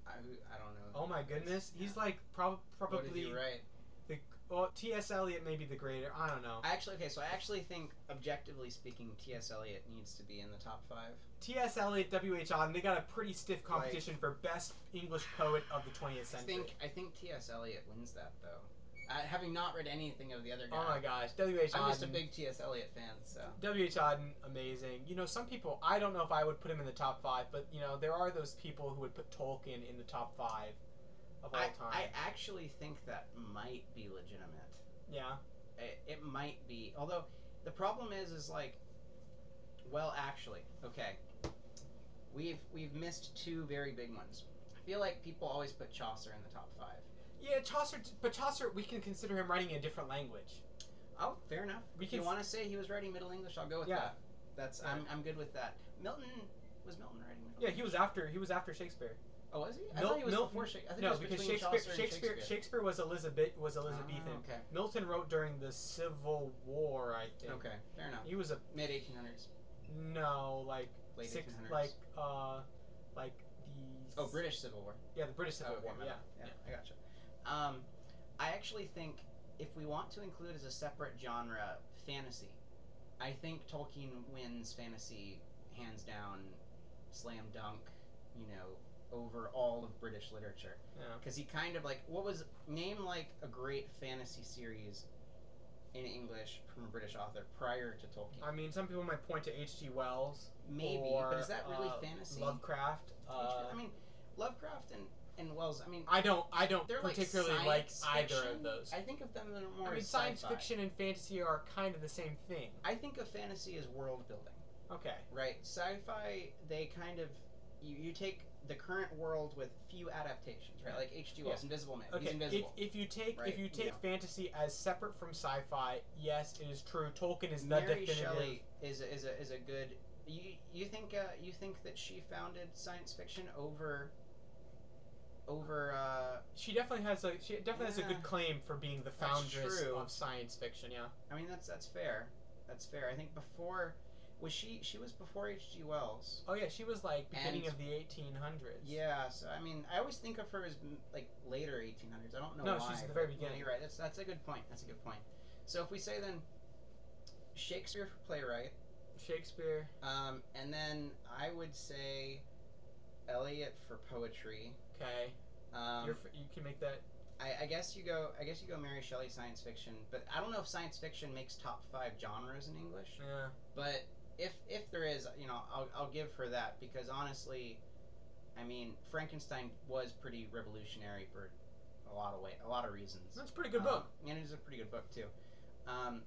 Speaker 2: I, who- I don't know.
Speaker 1: Oh my
Speaker 2: who that is.
Speaker 1: goodness, he's
Speaker 2: Yeah.
Speaker 1: like prob-
Speaker 2: What did
Speaker 1: probably
Speaker 2: he write?
Speaker 1: the well, T. S. Eliot may be the greater. I don't know.
Speaker 2: I actually okay, so I actually think objectively speaking, T. S. Eliot needs to be in the top five.
Speaker 1: T. S. Eliot, W. H. Auden. They got a pretty stiff competition for best English poet of the 20th
Speaker 2: I
Speaker 1: century.
Speaker 2: think I think T. S. Eliot wins that though. I, having not read anything of the other guy,
Speaker 1: oh my gosh, W. H.
Speaker 2: I'm just a
Speaker 1: Auden.
Speaker 2: big T. S. Eliot fan. So
Speaker 1: W. H. Auden, amazing. You know, some people I don't know if I would put him in the top five, but you know, there are those people who would put Tolkien in the top five of all
Speaker 2: I,
Speaker 1: time.
Speaker 2: I actually think that might be legitimate.
Speaker 1: yeah.
Speaker 2: it, it might be although the problem is is like well actually okay we've we've missed two very big ones i feel like people always put chaucer in the top five.
Speaker 1: Yeah, Chaucer, but Chaucer, we can consider him writing in a different language.
Speaker 2: Oh, fair enough
Speaker 1: We
Speaker 2: if
Speaker 1: can
Speaker 2: you want to say he was writing middle english i'll go with
Speaker 1: Yeah.
Speaker 2: that that's
Speaker 1: Yeah.
Speaker 2: I'm, I'm good with that milton was milton writing middle
Speaker 1: Yeah, he was after he was after Shakespeare.
Speaker 2: oh was he i
Speaker 1: Mil-
Speaker 2: thought he was
Speaker 1: Milton-
Speaker 2: before Shakespeare. i think
Speaker 1: No,
Speaker 2: it was
Speaker 1: because
Speaker 2: between
Speaker 1: Shakespeare,
Speaker 2: Chaucer
Speaker 1: Shakespeare,
Speaker 2: and
Speaker 1: Shakespeare, was Elizabeth was Elizabethan.
Speaker 2: Ah,
Speaker 1: Milton wrote during the Civil War, I think.
Speaker 2: okay okay fair enough
Speaker 1: He was a
Speaker 2: mid 1800s
Speaker 1: no, like
Speaker 2: late
Speaker 1: six,
Speaker 2: 1800s
Speaker 1: like uh, like the
Speaker 2: oh british civil war
Speaker 1: yeah the British Civil
Speaker 2: Okay,
Speaker 1: War.
Speaker 2: my
Speaker 1: Yeah,
Speaker 2: bad. I gotcha. Um, I actually think if we want to include as a separate genre fantasy, I think Tolkien wins fantasy hands down, slam dunk. You know, over all of British literature
Speaker 1: yeah.
Speaker 2: because he kind of like what was name like a great fantasy series in English from a British author prior to Tolkien.
Speaker 1: I mean, some people might point to H. G. Wells,
Speaker 2: Maybe,
Speaker 1: or,
Speaker 2: but is that really
Speaker 1: uh,
Speaker 2: fantasy?
Speaker 1: Lovecraft. Uh,
Speaker 2: I mean, Lovecraft and and Wells. I mean,
Speaker 1: I don't, I don't
Speaker 2: they're like
Speaker 1: particularly like
Speaker 2: science
Speaker 1: either
Speaker 2: fiction.
Speaker 1: of those.
Speaker 2: I think of them in a more
Speaker 1: I mean,
Speaker 2: as
Speaker 1: science
Speaker 2: sci-fi.
Speaker 1: fiction and fantasy are kind of the same thing.
Speaker 2: I think of fantasy as world building,
Speaker 1: Okay.
Speaker 2: right? Sci-fi, they kind of you, you take the current world with few adaptations, right? Like H. G. Wells, Invisible Man.
Speaker 1: Okay,
Speaker 2: He's
Speaker 1: if,
Speaker 2: invisible.
Speaker 1: if you take if
Speaker 2: Right,
Speaker 1: you take
Speaker 2: yeah.
Speaker 1: fantasy as separate from sci-fi, yes, it is true. Tolkien is the
Speaker 2: Mary
Speaker 1: definitive.
Speaker 2: Shelley is a, is a, is a good. You you think uh, you think that she founded science fiction over over uh,
Speaker 1: She definitely has a she definitely has a
Speaker 2: Yeah.
Speaker 1: good claim for being the
Speaker 2: That's
Speaker 1: foundress
Speaker 2: true.
Speaker 1: of science fiction. Yeah.
Speaker 2: I mean that's that's fair. That's fair. I think before was she she was before H.G. Wells.
Speaker 1: Oh yeah, she was like beginning
Speaker 2: And-
Speaker 1: of the 1800s.
Speaker 2: Yeah, so I mean, I always think of her as mm, like later 1800s. I don't know
Speaker 1: No,
Speaker 2: why.
Speaker 1: she's at the
Speaker 2: but,
Speaker 1: very
Speaker 2: no,
Speaker 1: beginning.
Speaker 2: You're right. That's that's a good point. That's a good point. So if we say then Shakespeare for playwright,
Speaker 1: Shakespeare.
Speaker 2: um, and then I would say Eliot for poetry.
Speaker 1: Okay.
Speaker 2: Um,
Speaker 1: You're, f- you can make that.
Speaker 2: I, I guess you go. I guess you go Mary Shelley science fiction, but I don't know if science fiction makes top five genres in English.
Speaker 1: Yeah.
Speaker 2: But if if there is, you know, I'll, I'll give her that because honestly, I mean, Frankenstein was pretty revolutionary for a lot of way, a lot of reasons.
Speaker 1: That's a pretty good
Speaker 2: Um,
Speaker 1: book.
Speaker 2: and it is a pretty good book too. Um,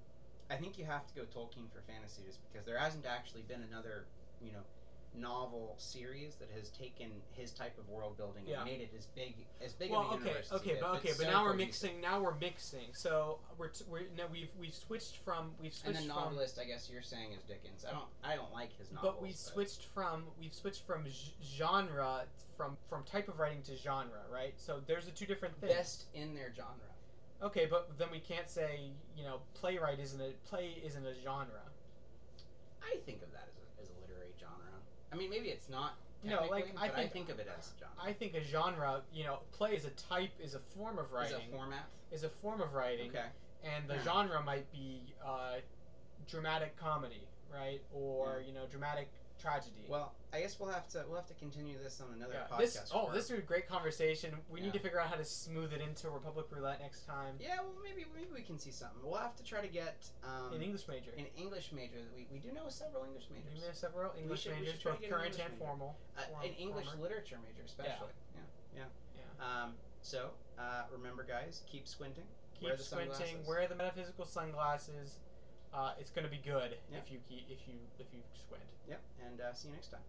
Speaker 2: I think you have to go Tolkien for fantasy just because there hasn't actually been another, you know, novel series that has taken his type of world building
Speaker 1: Yeah.
Speaker 2: and made it as big as big
Speaker 1: well,
Speaker 2: of a
Speaker 1: okay,
Speaker 2: universe. as he
Speaker 1: okay,
Speaker 2: did,
Speaker 1: but okay,
Speaker 2: it's
Speaker 1: but
Speaker 2: so
Speaker 1: now we're
Speaker 2: cohesive.
Speaker 1: mixing. Now we're mixing. So we're t- we're now we've we've switched from we've
Speaker 2: And
Speaker 1: switched
Speaker 2: the
Speaker 1: from.
Speaker 2: novelist, I guess you're saying, is Dickens. I don't, I don't like his novels.
Speaker 1: But we switched from we've switched from g- genre from from type of writing to genre, right? So there's the two different things.
Speaker 2: best in their genre.
Speaker 1: Okay, but then we can't say you know playwright isn't a play isn't a genre.
Speaker 2: I think of that as a, as a literary genre. I mean, maybe it's not.
Speaker 1: No,
Speaker 2: technically,
Speaker 1: like, I
Speaker 2: but
Speaker 1: think-
Speaker 2: I think of it as a genre.
Speaker 1: I think a genre, you know, play is a type is a form of
Speaker 2: As
Speaker 1: writing
Speaker 2: a format.
Speaker 1: is a form of writing,
Speaker 2: Okay.
Speaker 1: and the
Speaker 2: Yeah.
Speaker 1: genre might be uh, dramatic comedy, right, or you know dramatic tragedy.
Speaker 2: Well, I guess we'll have to we'll have to continue this on another
Speaker 1: Yeah,
Speaker 2: podcast.
Speaker 1: This, oh,
Speaker 2: for-
Speaker 1: this would be a great conversation. We
Speaker 2: Yeah.
Speaker 1: need to figure out how to smooth it into Republic Roulette next time.
Speaker 2: Yeah, well, maybe maybe we can see something. We'll have to try to get um,
Speaker 1: An English major.
Speaker 2: an English major. that We, we do know several English majors.
Speaker 1: There are several English
Speaker 2: should- we
Speaker 1: majors,
Speaker 2: should try to
Speaker 1: both
Speaker 2: get an
Speaker 1: current
Speaker 2: English
Speaker 1: and
Speaker 2: major.
Speaker 1: formal.
Speaker 2: uh, an
Speaker 1: Form-
Speaker 2: English
Speaker 1: former.
Speaker 2: literature major, especially. Yeah. Yeah. Yeah. Um, so uh, remember, guys, keep squinting.
Speaker 1: Keep
Speaker 2: Wear the
Speaker 1: squinting.
Speaker 2: sunglasses.
Speaker 1: Wear the metaphysical sunglasses. Uh, it's going to be good
Speaker 2: Yeah.
Speaker 1: if you keep, if you if you squint.
Speaker 2: Yep. And uh, see you next time.